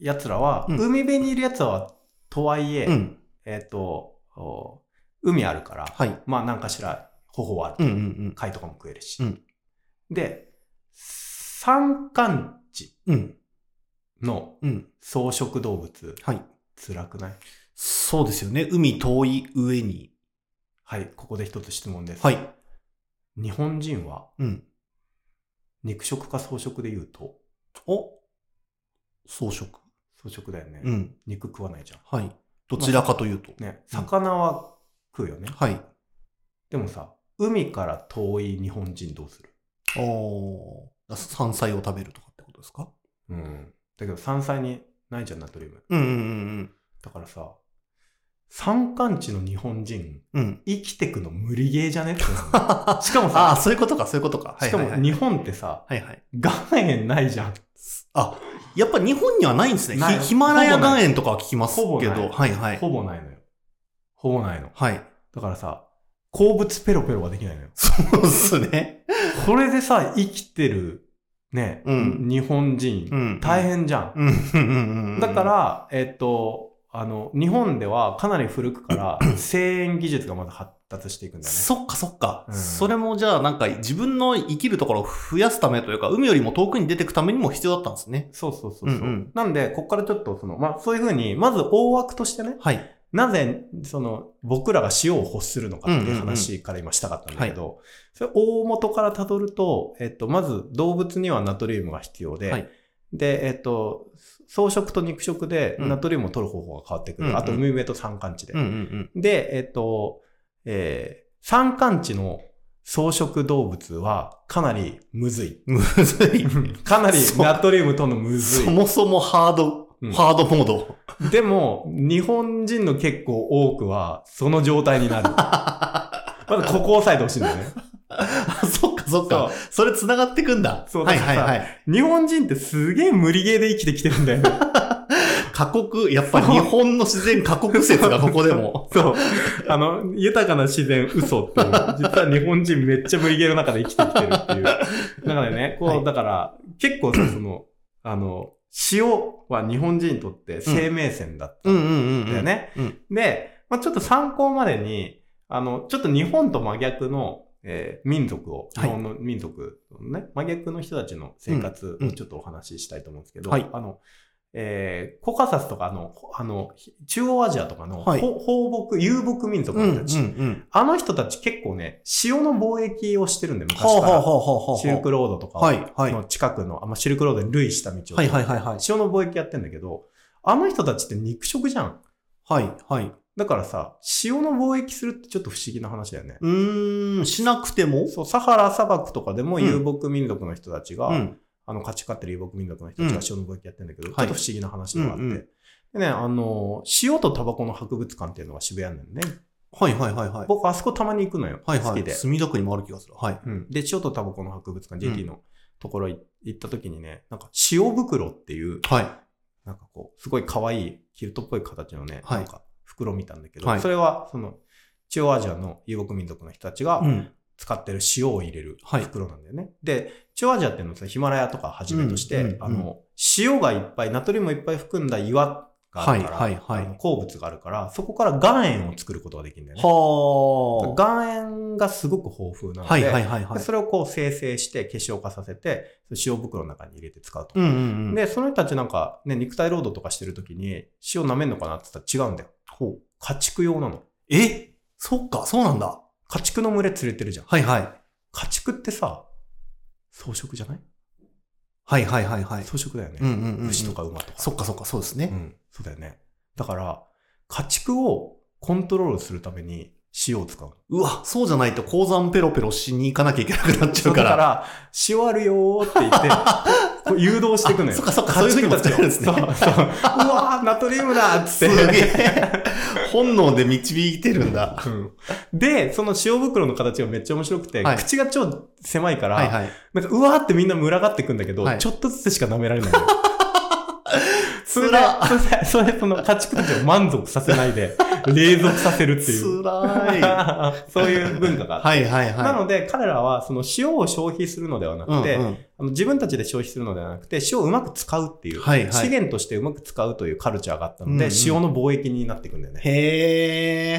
Speaker 3: やつらは、
Speaker 2: うん
Speaker 3: 海辺にいるやつらは、とはいえ、
Speaker 2: うん。
Speaker 3: えっ、と、お海あるから、
Speaker 2: はい。
Speaker 3: まあ何かしら方法はある。
Speaker 2: うんうんうん。
Speaker 3: 貝とかも食えるし。
Speaker 2: うん
Speaker 3: で、山間地
Speaker 2: うん。
Speaker 3: の
Speaker 2: うん。
Speaker 3: 草食動物、
Speaker 2: はい。
Speaker 3: 辛くない
Speaker 2: そうですよね。海遠い上に。
Speaker 3: はい、ここで一つ質問です。
Speaker 2: はい。
Speaker 3: 日本人は
Speaker 2: うん。
Speaker 3: 肉食か草食で言うと、
Speaker 2: お草食。
Speaker 3: 草食だよね。
Speaker 2: うん。
Speaker 3: 肉食わないじゃ
Speaker 2: はい。どちらかというと。
Speaker 3: ん。ね、魚は食うよね。
Speaker 2: はい。
Speaker 3: でもさ、海から遠い日本人どうする
Speaker 2: おー山菜を食べるとかってことですか
Speaker 3: うん。だけど山菜にないじゃん、ナトリウム。
Speaker 2: うんうんうん
Speaker 3: だからさ、山間地の日本人、
Speaker 2: うん。うん。
Speaker 3: 生きてくの無理ゲーじゃねって思うしかも
Speaker 2: あ
Speaker 3: さ、
Speaker 2: あ、 そういうことか、そういうことか。はい
Speaker 3: しか
Speaker 2: はいは
Speaker 3: も
Speaker 2: い
Speaker 3: 日本ってさ、
Speaker 2: はいはい。
Speaker 3: 岩塩ないじゃん。
Speaker 2: あ、やっぱ日本にはないんですね。
Speaker 3: ない
Speaker 2: ヒヒマラヤ岩塩とかは聞きますけ
Speaker 3: ほぼな
Speaker 2: ど。
Speaker 3: い
Speaker 2: はいはい。
Speaker 3: ほぼないのよ。ほぼないの。
Speaker 2: はい。
Speaker 3: だからさ、鉱物ペロペロはできないのよ。
Speaker 2: そうですね。
Speaker 3: これでさ、生きてる、ね、
Speaker 2: うん
Speaker 3: 日本人、
Speaker 2: うん
Speaker 3: 大変じゃん。
Speaker 2: うんうんうんうん。
Speaker 3: だか、ら、えっと、あの、日本ではかなり古く から、製塩技術がまず発達していくんだよね。
Speaker 2: そっかそっか。
Speaker 3: うん
Speaker 2: それもじゃあなんか自分の生きるところを増やすためというか、海よりも遠くに出てくためにも必要だったんですね。
Speaker 3: そうそうそうそう、
Speaker 2: うんうん
Speaker 3: なんで、ここからちょっと、その、まあ、そういうふうに、まず大枠としてね、
Speaker 2: はい。
Speaker 3: なぜ、その、僕らが塩を欲するのかっていう話から今したかったんだけど、それ大元からたどると、えっと、まず動物にはナトリウムが必要で、
Speaker 2: はい
Speaker 3: で、えっと、草食と肉食で
Speaker 2: うん
Speaker 3: ナトリウムを取る方法が変わってくる。
Speaker 2: うんうん
Speaker 3: あと、海辺と山間地で。
Speaker 2: うんうんうん。
Speaker 3: で、えっと、えー山間地の草食動物はかなりむず い。
Speaker 2: むずい。
Speaker 3: かなり
Speaker 2: そう
Speaker 3: ナトリウム取るのむず
Speaker 2: そ
Speaker 3: い。
Speaker 2: もそもハード、
Speaker 3: うん
Speaker 2: ハードモード。
Speaker 3: でも、日本人の結構多くは、その状態に なる。まずここを押さえてほしいんだよね。
Speaker 2: あ そっかそっ
Speaker 3: そ
Speaker 2: か。それ繋がってくんだ。
Speaker 3: そう
Speaker 2: は
Speaker 3: だ
Speaker 2: い
Speaker 3: からさ
Speaker 2: はいはい。
Speaker 3: う。日本人ってすげえ無理ゲーで生きてきてるんだよね。
Speaker 2: 過酷、やっぱり日本の自然過酷説がここで も。
Speaker 3: そう。あの、豊かな自然嘘っていう。実は日本人めっちゃ無理ゲーの中で生きてきてるっていう。だからね、こう、
Speaker 2: はい
Speaker 3: だから、結構さその、あの、塩は日本人にとって生命線だった
Speaker 2: うん
Speaker 3: ん
Speaker 2: うんうん。
Speaker 3: だよ。ね。
Speaker 2: うん。
Speaker 3: で、まあ、ちょっと参考までに、あの、ちょっと日本と真逆の、えー民族を、
Speaker 2: はい
Speaker 3: 日本の民族のね、真逆の人たちの生活をちょっとお話ししたいと思うんですけど、
Speaker 2: うんはい
Speaker 3: あの、えーコカサスとかあの、ほあの、ひ中央アジアとかの、
Speaker 2: はい
Speaker 3: ほ放牧、遊牧民族
Speaker 2: うんうん
Speaker 3: の人
Speaker 2: う
Speaker 3: たち、
Speaker 2: ん。
Speaker 3: あの人たち結構ね、塩の貿易をしてるんで、昔
Speaker 2: はあ
Speaker 3: から。
Speaker 2: はあはあはあはあ。
Speaker 3: シルクロードとか
Speaker 2: はいはい
Speaker 3: の近くの、あまあシルクロードに類した道を、
Speaker 2: はいはいはいはい。
Speaker 3: 塩の貿易やってんだけど、あの人たちって肉食じゃん。
Speaker 2: はいはい。
Speaker 3: だからさ、塩の貿易するってちょっと不思議な話だよね。
Speaker 2: うーん、しなくても
Speaker 3: そう、サハラ砂漠とかでも
Speaker 2: うん
Speaker 3: 遊牧民族の人たちが、
Speaker 2: うん。
Speaker 3: あの、勝ち勝ってる遊牧民族の人たちが塩の貿易やってんだけど、ちょっと不思議な話ではあって。
Speaker 2: うんうん
Speaker 3: でね、あの、塩とタバコの博物館っていうのが渋谷なんだよね。
Speaker 2: はいはいはいはい。
Speaker 3: 僕、あそこたまに行くのよ。
Speaker 2: はいは
Speaker 3: 好き
Speaker 2: い。
Speaker 3: で。
Speaker 2: 墨田区にもある気がする。はい。
Speaker 3: うん、で、塩とタバコの博物館、JT のところい行った時にね、なんか塩袋っていう、
Speaker 2: は
Speaker 3: なんかこう、すごい可愛い、キルトっぽい形のね、
Speaker 2: はい
Speaker 3: なんか袋見たんだけど、
Speaker 2: はい
Speaker 3: それは、その、中央アジアの遊牧民族の人たちが
Speaker 2: い。うん。
Speaker 3: 使ってる塩を入れる
Speaker 2: はい
Speaker 3: 袋なんだよね。で、中央アジアっていうのはそのヒマラヤとかはじめとして、
Speaker 2: うんうん
Speaker 3: あの、塩がいっぱい、ナトリウムいっぱい含んだ岩
Speaker 2: は
Speaker 3: があ
Speaker 2: い
Speaker 3: るから、
Speaker 2: はいはい
Speaker 3: あの鉱物があるから、そこから岩塩を作ることができるんだよね。
Speaker 2: は
Speaker 3: 岩塩がすごく豊富な
Speaker 2: あ。
Speaker 3: ので、
Speaker 2: はいはいはいはい
Speaker 3: で。それをこう生成して結晶化させて、塩袋の中に入れて使うと。
Speaker 2: うんうんうん。
Speaker 3: で、その人たちなんか、ね、肉体労働とかしてる時に塩舐めんのかなって言ったら違うんだよ。家畜用なの。
Speaker 2: えそっか、そうなんだ。
Speaker 3: 家畜の群れ連れてるじゃん。
Speaker 2: はいはい。
Speaker 3: 家畜ってさ、草食じゃない
Speaker 2: はいはいはいはい。
Speaker 3: 草食だよね。
Speaker 2: うんうんうん。
Speaker 3: 牛と。か馬とか。
Speaker 2: そっかそっか、そうです
Speaker 3: う
Speaker 2: ね。
Speaker 3: ん。そうだよね。だから、家畜をコントロールするために塩を使うの。
Speaker 2: うわ、そうじゃないと鉱山ペロペロしに行かなきゃいけなくなっちゃ
Speaker 3: そうう
Speaker 2: か
Speaker 3: だ
Speaker 2: ら。
Speaker 3: から、塩あるよーって言 って、こう誘導していくのよ。
Speaker 2: そっかそっか、そういう時も使えるんです
Speaker 3: そうそう。う
Speaker 2: ね。
Speaker 3: わー、ナトリウムだーっつ
Speaker 2: す
Speaker 3: って。
Speaker 2: げえ。本能で導いてる んだ。
Speaker 3: うんで、その塩袋の形がめっちゃ面白くて、
Speaker 2: はい
Speaker 3: 口が超狭いから、
Speaker 2: はいはい。
Speaker 3: なんかうわーってみんな群がってくんだけど、
Speaker 2: はい
Speaker 3: ちょっとずつしか舐められないのよ。それでそれ
Speaker 2: 辛、
Speaker 3: で、それでその家畜たちを満足させないで、冷蔵させるっていう。
Speaker 2: つらい。は
Speaker 3: そういう文化があって。
Speaker 2: いはいはい。
Speaker 3: なので、彼らは、その塩を消費するのではなくて、
Speaker 2: うんうん
Speaker 3: あの自分たちで消費するのではなくて、塩をうまく使うっていう、
Speaker 2: はいはい
Speaker 3: 資源としてうまく使うというカルチャーがあったので、
Speaker 2: うんうん
Speaker 3: 塩の貿易になっていくんだよね。
Speaker 2: へえ。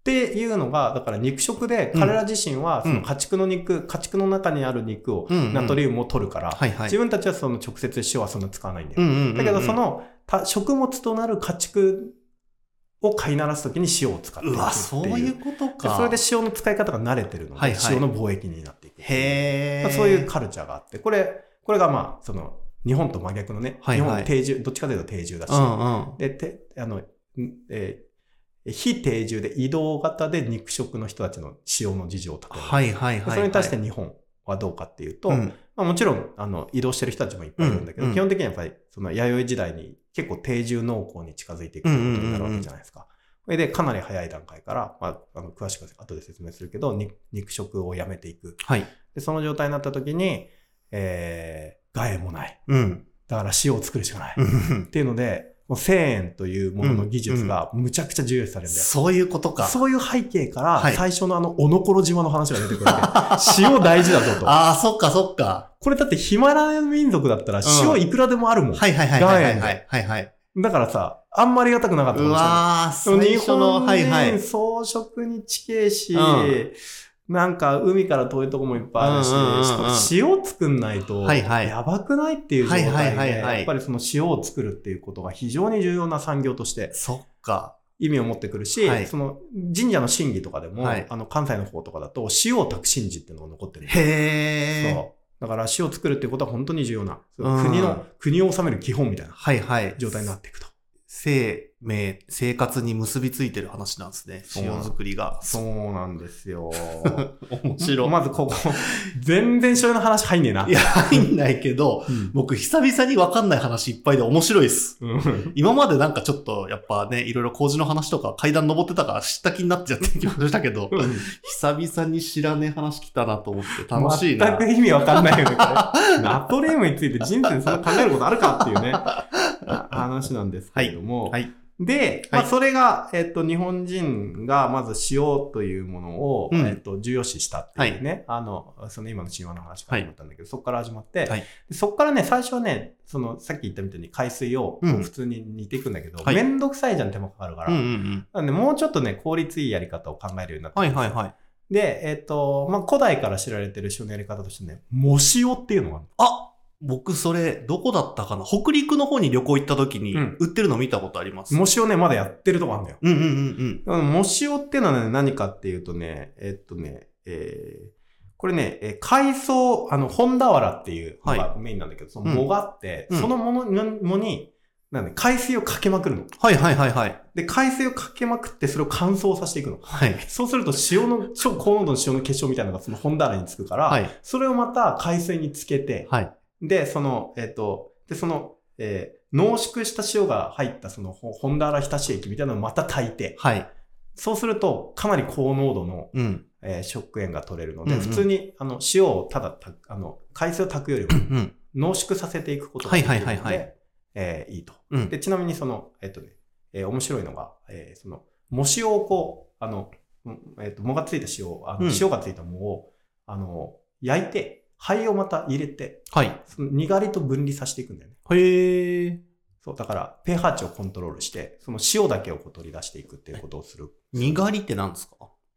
Speaker 3: っていうのが、だから肉食で、彼ら自身は、
Speaker 2: う
Speaker 3: そ
Speaker 2: ん
Speaker 3: の家畜の肉、家畜の中にある肉を、
Speaker 2: うんうん
Speaker 3: ナトリウムを取るから、
Speaker 2: はいはい
Speaker 3: 自。分たちはその直接塩はそんな使わないんだよ。
Speaker 2: うんうんうんうん
Speaker 3: だけど、そ、の、た食物となる家畜を飼いならすときに塩を使っていくっていうう。
Speaker 2: わ、そういうこと
Speaker 3: で
Speaker 2: か。
Speaker 3: それで塩の使い方が慣れてるので、
Speaker 2: はいはい
Speaker 3: 塩の貿易になっていく。
Speaker 2: へ
Speaker 3: まあ
Speaker 2: え。
Speaker 3: そういうカルチャーがあって、これ、これがまあ、その、日本と真逆のね、
Speaker 2: はいはい
Speaker 3: 日本定住、どっちかというと定住だし、
Speaker 2: うんうん。
Speaker 3: で、てあの、んえー非定住で移動型で肉食の人たちの使用の事情を立てる。
Speaker 2: はいはいはい。
Speaker 3: それに対して日本はどうかっていうと、
Speaker 2: うん
Speaker 3: まあ、もちろんあの移動してる人たちもいっぱいいるんだけど、
Speaker 2: うんうん
Speaker 3: 基本的にはやっぱりその弥生時代に結構定住農耕に近づいていくってことになるわけじゃないですか。それでかなり早い段階から、まあ、あの詳しく後で説明するけど肉肉食をやめていく
Speaker 2: はい。
Speaker 3: でその状態になった時に、えー、害もない
Speaker 2: うん。
Speaker 3: だから塩を作るしかない、
Speaker 2: う
Speaker 3: っ
Speaker 2: ん
Speaker 3: ていうのでもう1000円というものの技術がむちゃくちゃ重要視されるんだよ、
Speaker 2: そういうことか。
Speaker 3: そういう背景から
Speaker 2: はい
Speaker 3: 最初のあのおのころ島の話が出てくるわ け塩大事だぞと
Speaker 2: ああ、そっかそっか。
Speaker 3: これだってヒマラヤ民族だったら
Speaker 2: うん
Speaker 3: 塩いくらでもあるもん。
Speaker 2: はいはいはいはいはいはい。はいはい。
Speaker 3: だからさ、あんまりありがたくなかったか
Speaker 2: う
Speaker 3: もしれな
Speaker 2: わー、
Speaker 3: い
Speaker 2: 最初の、は
Speaker 3: 日本
Speaker 2: い
Speaker 3: 人
Speaker 2: はい。
Speaker 3: 装飾に地形し、
Speaker 2: うん
Speaker 3: なんか海から遠いとこもいっぱいあるし、
Speaker 2: うんうんうんうん
Speaker 3: しかも塩作んないと、
Speaker 2: はいはい
Speaker 3: やばくないっていう状態で、
Speaker 2: はいはいはいはい
Speaker 3: やっぱりその塩を作るっていうことが非常に重要な産業として
Speaker 2: そっか。
Speaker 3: 意味を持ってくるし、
Speaker 2: はい
Speaker 3: その神社の神儀とかでも、
Speaker 2: はい
Speaker 3: あの関西の方とかだと塩を炊く神事っていうのが残ってる。
Speaker 2: へー。
Speaker 3: そう。だから死を作るってことは本当に重要な、
Speaker 2: うん
Speaker 3: 国の、国を治める基本みたいな
Speaker 2: はいはい。
Speaker 3: 状態になっていくと。
Speaker 2: 生命、生活に結びついてる話なんですね。
Speaker 3: そう
Speaker 2: 塩作りが。
Speaker 3: そうなんです よ。
Speaker 2: 面白い。
Speaker 3: まずここ、 全然醤油の話入んねえな。
Speaker 2: いや、入んないけど、
Speaker 3: うん
Speaker 2: 僕久々に分かんない話いっぱいで面白いっす。
Speaker 3: うん
Speaker 2: 今までなんかちょっとやっぱね、いろいろ工事の話とか階段登ってたから知った気になっちゃってきましたけど、久々に知らねえ話来たなと思って楽しい
Speaker 3: 全
Speaker 2: な。
Speaker 3: く意味わかんないよね、こ れナトリウムについて人生でそんな考えることあるかっていうね、あ話なんですけれども。
Speaker 2: はいはい
Speaker 3: で、まあ、
Speaker 2: はい
Speaker 3: それが、えっと、日本人がまず塩というものを、
Speaker 2: うん
Speaker 3: えっと、重要視したっていうね、あの、その今の神話の話から思ったんだけど、そこから始まって、
Speaker 2: はい
Speaker 3: でそこからね、最初はね、その、さっき言ったみたいに海水を
Speaker 2: うん
Speaker 3: 普通に煮ていくんだけど、
Speaker 2: はい
Speaker 3: めんどくさいじゃん、手間かかるから。
Speaker 2: うんうんうん。
Speaker 3: なんで、もうちょっとね、効率いいやり方を考えるようになって、
Speaker 2: はいはいはい。
Speaker 3: で、えっ、と、まあ、古代から知られてる塩のやり方としてね、藻塩っていうのがある
Speaker 2: あ僕それ、どこだったかな北陸の方に旅行行った時に
Speaker 3: うん
Speaker 2: 売ってるの見たことあります。
Speaker 3: 藻塩ね、まだやってるとこあるんだよ。
Speaker 2: うんうんうん
Speaker 3: あの藻塩っていうのはね、何かっていうとね、えっとね、えーこれね、えー海藻、あの、本俵っていうのがメインなんだけど、その藻があって、
Speaker 2: うん
Speaker 3: そのものの藻に、なんだね海水をかけまくるの。
Speaker 2: はいはいはいはい。
Speaker 3: で、海水をかけまくって、それを乾燥させていくの。
Speaker 2: はい。
Speaker 3: そうすると、塩の、超高濃度の塩の結晶みたいなのがその本棚につくから、
Speaker 2: はい。
Speaker 3: それをまた海水につけて、
Speaker 2: はい。
Speaker 3: で、その、えっ、と、で、その、えー濃縮した塩が入った、その、ほホンダラ浸し液みたいなのをまた炊いて、
Speaker 2: はい。
Speaker 3: そうすると、かなり高濃度の、
Speaker 2: うん。
Speaker 3: えー食塩が取れるので、
Speaker 2: うんうん
Speaker 3: 普通に、あの、塩をただた、あの、海水を炊くよりも
Speaker 2: うん。
Speaker 3: 濃縮させていくことができるので、
Speaker 2: はいはいはいはい
Speaker 3: えーいいと。
Speaker 2: うん。
Speaker 3: で、ちなみにその、えっ、とね、えー面白いのが、えーその、藻塩をこう、あの、うんえっ、と、藻がついた塩を、あの
Speaker 2: うん
Speaker 3: 塩がついた藻を、あの、焼いて、灰をまた入れて、
Speaker 2: はい。
Speaker 3: その、にがりと分離させていくんだよね。
Speaker 2: へえ。
Speaker 3: そう、だから、pH 値をコントロールして、その塩だけをこう取り出していくっていうことをする。
Speaker 2: にがりって何ですか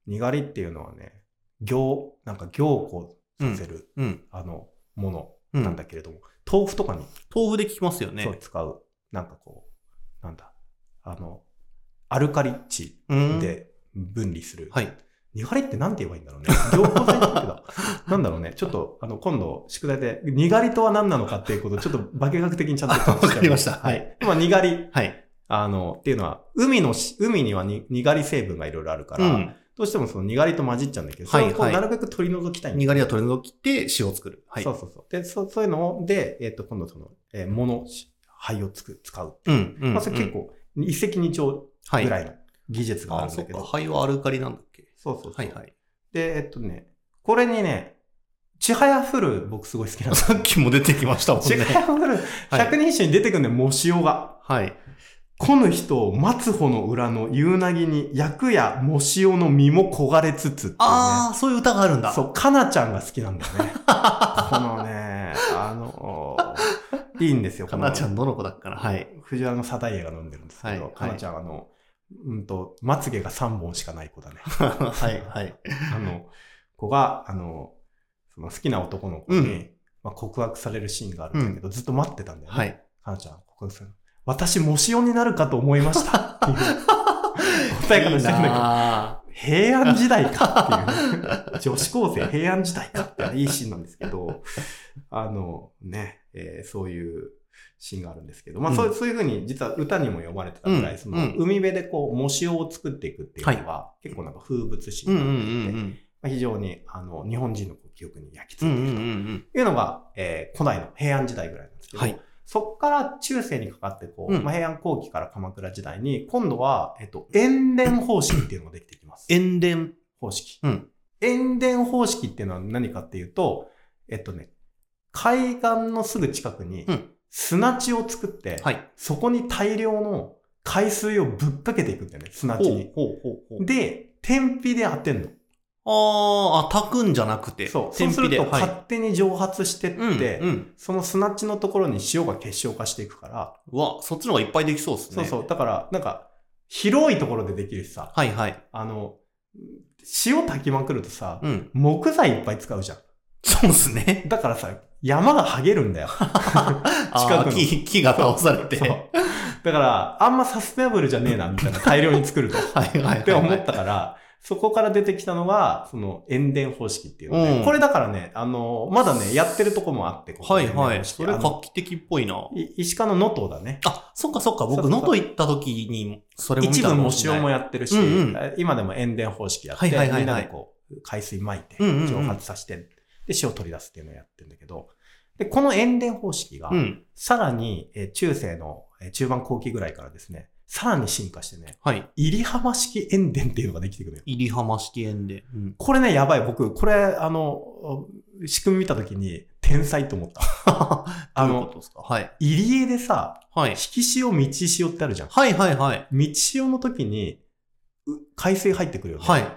Speaker 3: にがりっていうのはね、凝、なんか凝固させる、
Speaker 2: うん。
Speaker 3: あの、もの
Speaker 2: うん
Speaker 3: なんだけれども、豆腐とかに
Speaker 2: 豆腐で聞きますよね
Speaker 3: そう。使う、なんかこう、なんだ、あの、アルカリ値
Speaker 2: うん。
Speaker 3: で分離する。
Speaker 2: はい。
Speaker 3: にがりって何て言えばいいんだろうね。 凝固性だけど。なんだろうね。ちょっと、あの、今度、宿題で、にがりとは何なのかっていうことを、ちょっと化学的にちゃんと
Speaker 2: あわかりました
Speaker 3: は
Speaker 2: はい
Speaker 3: い。まあ、にがり、
Speaker 2: はい。
Speaker 3: あの、っていうのは、海のし、海にはににがり成分がいろいろあるから、
Speaker 2: うん。
Speaker 3: どうしてもそのにがりと混じっちゃうんだけど、
Speaker 2: はい
Speaker 3: それをこう
Speaker 2: はい
Speaker 3: なるべく取り除きたいんだ
Speaker 2: にがりは取り除きって塩を作る。はい。
Speaker 3: そうそうそう。で、そそういうのをで、えっ、と、今度その、えー、物、し灰をつく使う。
Speaker 2: うん。うん。
Speaker 3: まあ、それ結構、一石二鳥
Speaker 2: はい、
Speaker 3: ぐらいの技術があ
Speaker 2: あ、
Speaker 3: るん
Speaker 2: そ
Speaker 3: だ
Speaker 2: っ
Speaker 3: け
Speaker 2: か。
Speaker 3: ど。
Speaker 2: 灰はアルカリなんだっけ
Speaker 3: そうそうそう。
Speaker 2: はいはい。
Speaker 3: で、えっとね、これにね、ちはやふる、僕すごい好きなん です
Speaker 2: さっきも出てきましたもん
Speaker 3: ちは
Speaker 2: ね。
Speaker 3: やふる、
Speaker 2: はい
Speaker 3: 百人一首に出てくるんだよ、もしおが。
Speaker 2: はい。
Speaker 3: 来ぬ人を待つ穂の裏の夕なぎに、役やもしおの身も焦がれつつっていうね。
Speaker 2: ああ、そういう歌があるんだ。
Speaker 3: そう、かなちゃんが好きなんだよね。このね、あの、いいんですよ、
Speaker 2: かなちゃ
Speaker 3: こ
Speaker 2: んどの子だっから。はい。
Speaker 3: の。藤原のサダイエが飲んでるんですけど、
Speaker 2: はい
Speaker 3: かなちゃんはあの、うんと、まつげが3本しかない 子だね。
Speaker 2: はい、はい。
Speaker 3: あの、子が、あの、その好きな男の子に、
Speaker 2: うん
Speaker 3: まあ、告白されるシーンがあるんだけど、ずっと待ってたんだよね。
Speaker 2: はい。
Speaker 3: かなちゃん、告白するの。私、もしおになるかと思いました。っていう答え方してるんだけど、
Speaker 2: あ
Speaker 3: 平安時代かっていうね、女子高生平安時代かっていいシーンなんですけど、あのね、えーそういうシーンがあるんですけど、まあ、
Speaker 2: うん
Speaker 3: そうそういうふうに実は歌にも読まれてたぐらい、
Speaker 2: うん
Speaker 3: そうの
Speaker 2: ん
Speaker 3: 海辺でこう、藻塩を作っていくっていうのは、結構なんか風物詩
Speaker 2: ーう
Speaker 3: に
Speaker 2: ん
Speaker 3: な
Speaker 2: う
Speaker 3: っ
Speaker 2: ん
Speaker 3: ていて、
Speaker 2: うん
Speaker 3: まあ非常にあの日本人の記憶に焼き
Speaker 2: うん。う
Speaker 3: 付
Speaker 2: ん
Speaker 3: いてい
Speaker 2: うん
Speaker 3: る
Speaker 2: うん
Speaker 3: というのが、えー古代の平安時代ぐらいなんです
Speaker 2: う
Speaker 3: け
Speaker 2: ん。
Speaker 3: ど、
Speaker 2: はい。
Speaker 3: そこから中世にかかってこう、
Speaker 2: うん
Speaker 3: まあ、平安後期から鎌倉時代に、今度は、えっと、塩田方式っていうのができてきます。
Speaker 2: 塩田。
Speaker 3: 方式。
Speaker 2: うん
Speaker 3: 塩田方式っていうのは何かっていうと、えっとね、海岸のすぐ近くに
Speaker 2: うん
Speaker 3: 砂地を作って、
Speaker 2: はい。
Speaker 3: そこに大量の海水をぶっかけていくんだよね、砂地に。
Speaker 2: ほうほうほう。
Speaker 3: で、天日で当てんの。
Speaker 2: あーあ、炊くんじゃなくて。
Speaker 3: そう。そう
Speaker 2: 天
Speaker 3: す
Speaker 2: 日
Speaker 3: る
Speaker 2: で。
Speaker 3: と
Speaker 2: はい
Speaker 3: 勝手に蒸発してって、
Speaker 2: うん、うん。
Speaker 3: その砂地のところに塩が結晶化していくから、
Speaker 2: うわ、そっちの方がいっぱいできそうですね。
Speaker 3: そうそう。だから、なんか、広いところでできるしさ、
Speaker 2: はいはい。
Speaker 3: あの、塩炊きまくるとさ、
Speaker 2: うん。
Speaker 3: 木材いっぱい使うじゃん。
Speaker 2: そうですね。
Speaker 3: だからさ、山が剥げるん だよ。
Speaker 2: あ
Speaker 3: 近く
Speaker 2: ー
Speaker 3: の
Speaker 2: 木、木が倒されて。
Speaker 3: そう
Speaker 2: は
Speaker 3: だから、あんまサステナブルじゃねえな、みたいな、大量に作ると。っ
Speaker 2: い はいはいはい。
Speaker 3: て思ったから、そこから出てきたのが、その、塩田方式っていうので、
Speaker 2: うん
Speaker 3: これだからね、あの、まだね、やってるとこもあって、ここ
Speaker 2: は
Speaker 3: 塩
Speaker 2: い
Speaker 3: 田方
Speaker 2: はい。
Speaker 3: 式
Speaker 2: それ
Speaker 3: あの
Speaker 2: 画期的っぽいな。
Speaker 3: い石川の能登だね。
Speaker 2: あ、そっかそっか。
Speaker 3: そ
Speaker 2: 僕、
Speaker 3: うそ
Speaker 2: 能
Speaker 3: う
Speaker 2: 登行った時に、それも見
Speaker 3: 一
Speaker 2: た
Speaker 3: 部
Speaker 2: か
Speaker 3: も
Speaker 2: もしれな
Speaker 3: 塩
Speaker 2: い
Speaker 3: もやってるし、
Speaker 2: うん
Speaker 3: 今でも塩田方式やって、
Speaker 2: はいはいはいはい
Speaker 3: みんなでこう、海水撒いて、
Speaker 2: うんうんうん
Speaker 3: 蒸発させて、で、塩を取り出すっていうのをやってるんだけど、で、この塩田方式が、
Speaker 2: うん。
Speaker 3: さらに、えー中世の、えー中盤後期ぐらいからですね、さらに進化してね、
Speaker 2: はい。
Speaker 3: 入浜式塩田っていうのができてくるよ。
Speaker 2: 入浜式園で。うん。
Speaker 3: これね、やばい。僕、これ、あの、仕組み見たときに、天才と思った。 あ
Speaker 2: どういう
Speaker 3: の、
Speaker 2: ことですかはい。
Speaker 3: 入り江でさ、
Speaker 2: はい
Speaker 3: 引。き潮、道潮ってあるじゃん。
Speaker 2: はいはいはい。
Speaker 3: 道潮の時に、う海水入ってくるよね。
Speaker 2: はい。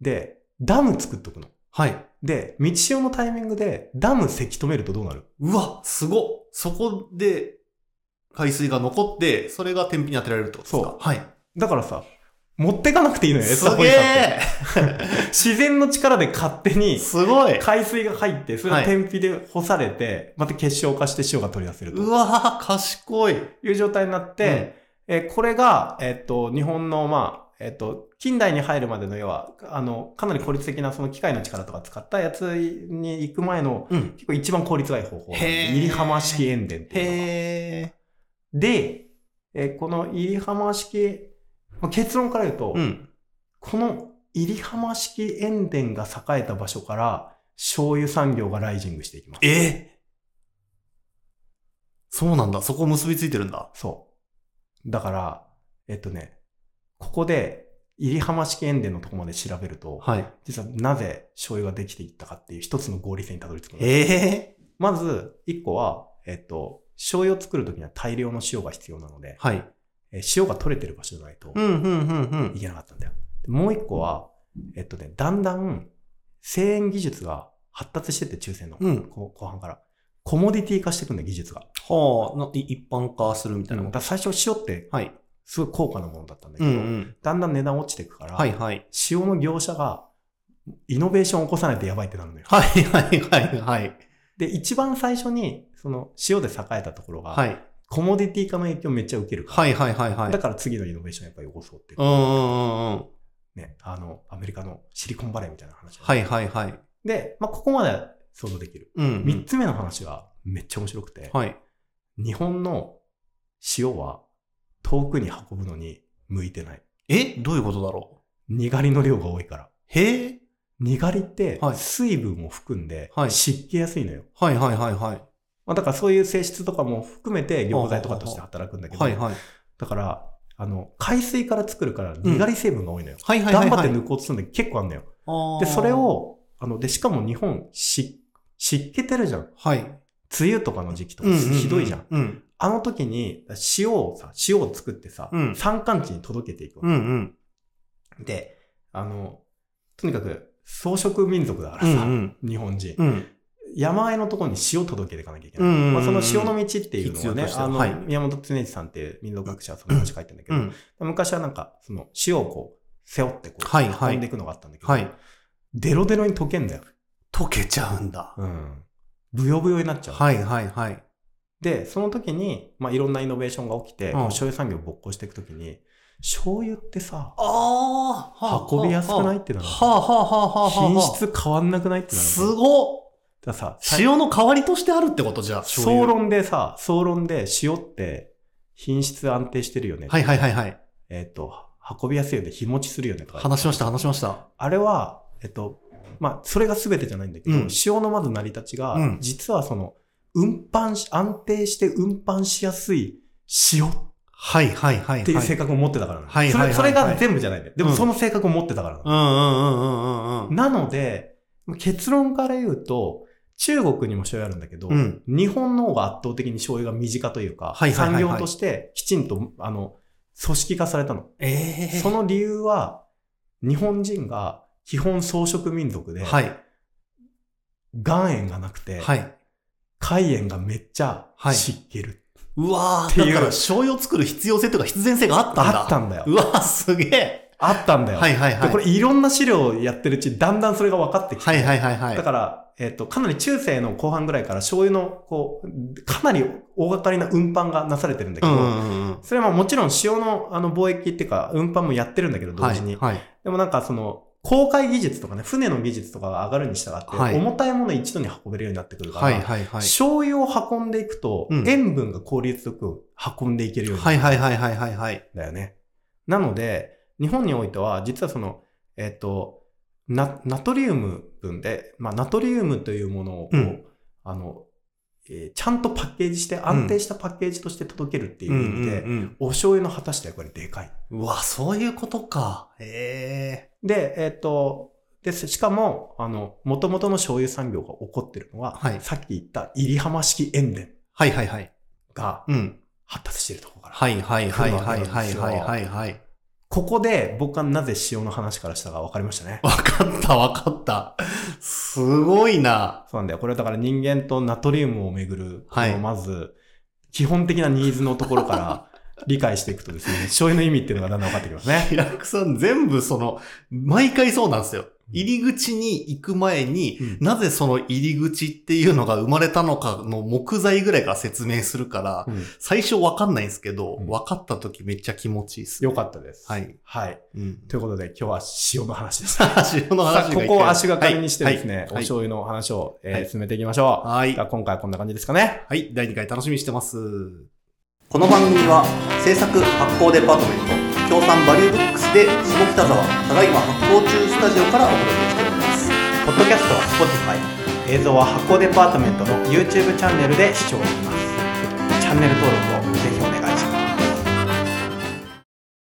Speaker 3: で、ダム作っとくの。
Speaker 2: はい。
Speaker 3: で、道潮のタイミングで、ダムせき止めるとどうなる
Speaker 2: うわ、すごっそこで、海水が残って、それが天日に当てられるってことですか
Speaker 3: そう
Speaker 2: はい。
Speaker 3: だからさ、持ってかなくていいのよ、
Speaker 2: す
Speaker 3: エスタポ
Speaker 2: げ
Speaker 3: リタって。
Speaker 2: え
Speaker 3: 自然の力で勝手に、
Speaker 2: すごい
Speaker 3: 海水が入って、それ
Speaker 2: は
Speaker 3: が
Speaker 2: い
Speaker 3: 天日で干されて、また結晶化して塩が取り出せる
Speaker 2: う
Speaker 3: と
Speaker 2: わぁ、賢い
Speaker 3: いう状態になって、えーこれが、えっと、日本の、まあ、えっと、近代に入るまでの要は、あの、かなり効率的なその機械の力とか使ったやつに行く前の、
Speaker 2: うん。
Speaker 3: 結構一番効率がいい方法なん
Speaker 2: へ
Speaker 3: で。
Speaker 2: ー
Speaker 3: 入浜式塩田っていうのが。
Speaker 2: へ
Speaker 3: で、えーこの入浜式、まあ結論から言うと、
Speaker 2: ぇー。うん。
Speaker 3: この入浜式塩田が栄えた場所から、醤油産業がライジングしていきます。
Speaker 2: えそうなんだ。そこ結びついてるんだ。
Speaker 3: そう。だから、えっとね、ここで、入浜式塩田のとこまで調べると、
Speaker 2: はい。
Speaker 3: 実はなぜ醤油ができていったかっていう一つの合理性にたどり着くの
Speaker 2: えぇ
Speaker 3: まず、一個は、えっと、醤油を作るときには大量の塩が必要なので、
Speaker 2: ー。はい。
Speaker 3: えー塩が取れてる場所じゃないと、
Speaker 2: うん、うん、うん、うん
Speaker 3: い。けなかったんだよ。でもう一個は、えっとね、だんだん、製塩技術が発達してって、中世の、
Speaker 2: うん
Speaker 3: こ後半から。コモディティ化していくんだよ、技術が。
Speaker 2: はあ、ない一般化するみたいな
Speaker 3: だ
Speaker 2: こ
Speaker 3: か
Speaker 2: と。
Speaker 3: ら最初塩って、
Speaker 2: はい。
Speaker 3: すごい高価なものだったんだけ
Speaker 2: うん
Speaker 3: ど、
Speaker 2: うん。
Speaker 3: だんだん値段落ちていくから、
Speaker 2: はいはい。
Speaker 3: 塩の業者が、イノベーションを起こさないとやばいってなるのよ。
Speaker 2: はいはいはいはい。
Speaker 3: で、一番最初に、その、塩で栄えたところが、
Speaker 2: はい。
Speaker 3: コモディティ化の影響めっちゃ受けるから、
Speaker 2: はいはいはいはい。
Speaker 3: だから次のイノベーションやっぱり起こそうっていう
Speaker 2: う、んうんうんうん。
Speaker 3: ね、あの、アメリカのシリコンバレーみたいな話。
Speaker 2: はいはいはい。
Speaker 3: で、まあ、ここまでは想像できる。
Speaker 2: うんうん。
Speaker 3: 三つ目の話はめっちゃ面白くて、
Speaker 2: はい。
Speaker 3: 日本の塩は遠くに運ぶのに向いてない。
Speaker 2: えどういうことだろ
Speaker 3: にがりの量が多いから。
Speaker 2: うへえ
Speaker 3: にがりって
Speaker 2: はい
Speaker 3: 水分を含んで
Speaker 2: はい
Speaker 3: 湿気やすいのよ。
Speaker 2: はいはいはいはい。
Speaker 3: まあ、だからそういう性質とかも含めて溶剤とかとして働くんだけど、
Speaker 2: はいはい。
Speaker 3: だから、あの、海水から作るからにがり成分が多いのよ。
Speaker 2: はいはいはいは
Speaker 3: 頑張
Speaker 2: い。
Speaker 3: って抜こうとするんだけど結構あんのよ。
Speaker 2: あー
Speaker 3: で、それ、を、あの、で、しかも日本、し、湿気てるじゃん。
Speaker 2: はい。
Speaker 3: 梅雨とかの時期とかひどいじゃん。
Speaker 2: うん。
Speaker 3: あの時に、塩をさ、塩を作ってさ
Speaker 2: う、ん
Speaker 3: 山間地に届けていく
Speaker 2: う
Speaker 3: わ
Speaker 2: んうん。
Speaker 3: け。で、あの、とにかく、草食民族だから
Speaker 2: うんう
Speaker 3: さ、
Speaker 2: ん。
Speaker 3: 日本人。
Speaker 2: うん。
Speaker 3: 山あいのところに塩届けていかなきゃいけない。
Speaker 2: うんうんうん
Speaker 3: まあ、その塩の道っていうのは
Speaker 2: 必要
Speaker 3: ね
Speaker 2: とし、ては
Speaker 3: あの、
Speaker 2: はい
Speaker 3: 宮本常一さんっていう民族学者はその話書いてんだけ
Speaker 2: う
Speaker 3: ど、
Speaker 2: ん。
Speaker 3: 昔はなんか、その塩をこう、背負ってこ
Speaker 2: はいは
Speaker 3: う、
Speaker 2: い
Speaker 3: 運んでいくのがあったんだけど、
Speaker 2: はい。
Speaker 3: デロデロに溶けんだよ。
Speaker 2: 溶けちゃうんだ。
Speaker 3: うん。ブヨブヨになっちゃう。
Speaker 2: はいはいはい。
Speaker 3: で、その時に、まあ、いろんなイノベーションが起きて、
Speaker 2: うん
Speaker 3: もう醤油産業勃興していく時に、醤油ってさ、
Speaker 2: ああ
Speaker 3: 運びやすくない
Speaker 2: い
Speaker 3: ってな
Speaker 2: は
Speaker 3: る。
Speaker 2: あはあはあはあはあ。
Speaker 3: 品質変わんなくないってなる。
Speaker 2: すごっ
Speaker 3: だからさ、
Speaker 2: 塩の代わりとしてあるってことじゃあ、醤
Speaker 3: 総
Speaker 2: 油。
Speaker 3: 論でさ、総論で塩って品質安定してるよね。
Speaker 2: はいはいはいはい。
Speaker 3: えっ、と、運びやすいよね、日持ちするよねとか。
Speaker 2: 話しました話しました。
Speaker 3: あれは、えっ、と、まあ、それが全てじゃないんだけど、
Speaker 2: うん
Speaker 3: 塩のまず成り立ちが、
Speaker 2: うん
Speaker 3: 実はその、運搬し、安定して運搬しやすい塩っ
Speaker 2: はいはいはいはい。
Speaker 3: っていう性格を持ってたからなの
Speaker 2: はい
Speaker 3: そ
Speaker 2: はいはい
Speaker 3: れそれ
Speaker 2: は
Speaker 3: が
Speaker 2: い
Speaker 3: 全部じゃないんだよ。でも
Speaker 2: うん
Speaker 3: その性格を持ってたからな
Speaker 2: う
Speaker 3: の
Speaker 2: んうんうんうんうんうん。
Speaker 3: なので、結論から言うと、中国にも醤油あるんだけど、
Speaker 2: うん
Speaker 3: 日本の方が圧倒的に醤油が身近というか、
Speaker 2: はいはいはいはい
Speaker 3: 産業としてきちんと、あの、組織化されたの。
Speaker 2: ええ
Speaker 3: その理由は、日本人が基本草食民族で、
Speaker 2: はい。
Speaker 3: 岩塩がなくて、
Speaker 2: はい。
Speaker 3: 海塩がめっちゃ
Speaker 2: はい
Speaker 3: 湿気る。
Speaker 2: うわ
Speaker 3: って
Speaker 2: ー、
Speaker 3: いう
Speaker 2: だから醤油を作る必要性とか必然性があったんだ。
Speaker 3: あったんだよ
Speaker 2: う。わー、すげえ。
Speaker 3: あったんだよ。
Speaker 2: はいはいは
Speaker 3: で
Speaker 2: い。
Speaker 3: これいろんな資料をやってるうちにだんだんそれが分かってきて、
Speaker 2: はいはいはいはい。
Speaker 3: だから、えっ、と、かなり中世の後半ぐらいから醤油の、こう、かなり大掛かりな運搬がなされてるんだけ
Speaker 2: う
Speaker 3: ど、
Speaker 2: んうんうん。
Speaker 3: それはまあもちろん塩のあの貿易っていうか、運搬もやってるんだけど、同時に。
Speaker 2: はい。はい
Speaker 3: でもなんかその、航海技術とかね、船の技術とかが上がるに従って、
Speaker 2: はい
Speaker 3: 重たいもの一度に運べるようになってくるから、
Speaker 2: はいはいはい。
Speaker 3: 醤油を運んでいくと、
Speaker 2: うん
Speaker 3: 塩分が効率よく運んでいけるようにな
Speaker 2: は
Speaker 3: る
Speaker 2: いはいはいはいはいはい。
Speaker 3: んだよね。なので、日本においては、実はその、えっ、と、ナナトリウム分で、まあ、ナトリウムというものをこう、
Speaker 2: うん
Speaker 3: あの、えーちゃんとパッケージして、安定したパッケージとして届けるっていう意味で、
Speaker 2: うん
Speaker 3: お醤油の果たした役割でかい。
Speaker 2: うん。うわ、そういうことか。え
Speaker 3: で、えっ、と、です。しかも、あの、元々の醤油産業が起こってるのは、
Speaker 2: はい
Speaker 3: さっき言った入浜式塩田
Speaker 2: ー。はいはいはい。
Speaker 3: が
Speaker 2: うん。
Speaker 3: 発達してるところから。
Speaker 2: はいはいはいはいはいはいはいはい。
Speaker 3: ここで僕はなぜ塩の話からしたか分かりましたね。
Speaker 2: わかったわかった。すごいな。
Speaker 3: そうなんだよ。これはだから人間とナトリウムをめぐる、
Speaker 2: はい
Speaker 3: このまず、基本的なニーズのところから 理解していくとですね、醤油の意味っていうのがだんだん分かってきますね。
Speaker 2: 平久さん全部その、毎回そうなんですよ。入り口に行く前に、
Speaker 3: うん
Speaker 2: なぜその入り口っていうのが生まれたのかの木材ぐらいから説明するから、
Speaker 3: うん
Speaker 2: 最初わかんないんですけど、
Speaker 3: うん
Speaker 2: 分かった時めっちゃ気持ちいいです。
Speaker 3: よかったです。
Speaker 2: はい。
Speaker 3: はい。
Speaker 2: うん。
Speaker 3: ということで今日は塩の話でした。
Speaker 2: 塩の
Speaker 3: さ
Speaker 2: 話
Speaker 3: あ
Speaker 2: が
Speaker 3: ここを足がかりにしてですね、
Speaker 2: はい
Speaker 3: お醤油の話を、えー
Speaker 2: はい
Speaker 3: 進めていきましょう。
Speaker 2: はい。
Speaker 3: じゃあ今回はこんな感じですかね。
Speaker 2: はい。第2回楽しみにしてます。
Speaker 4: この番組は制作発行デパートメント協賛バリューブックスで下北沢ただいま発行中スタジオからお届けしております
Speaker 3: ポッドキャストは Spotify、映像は発行デパートメントの YouTube チャンネルで視聴できます。チャンネル登録を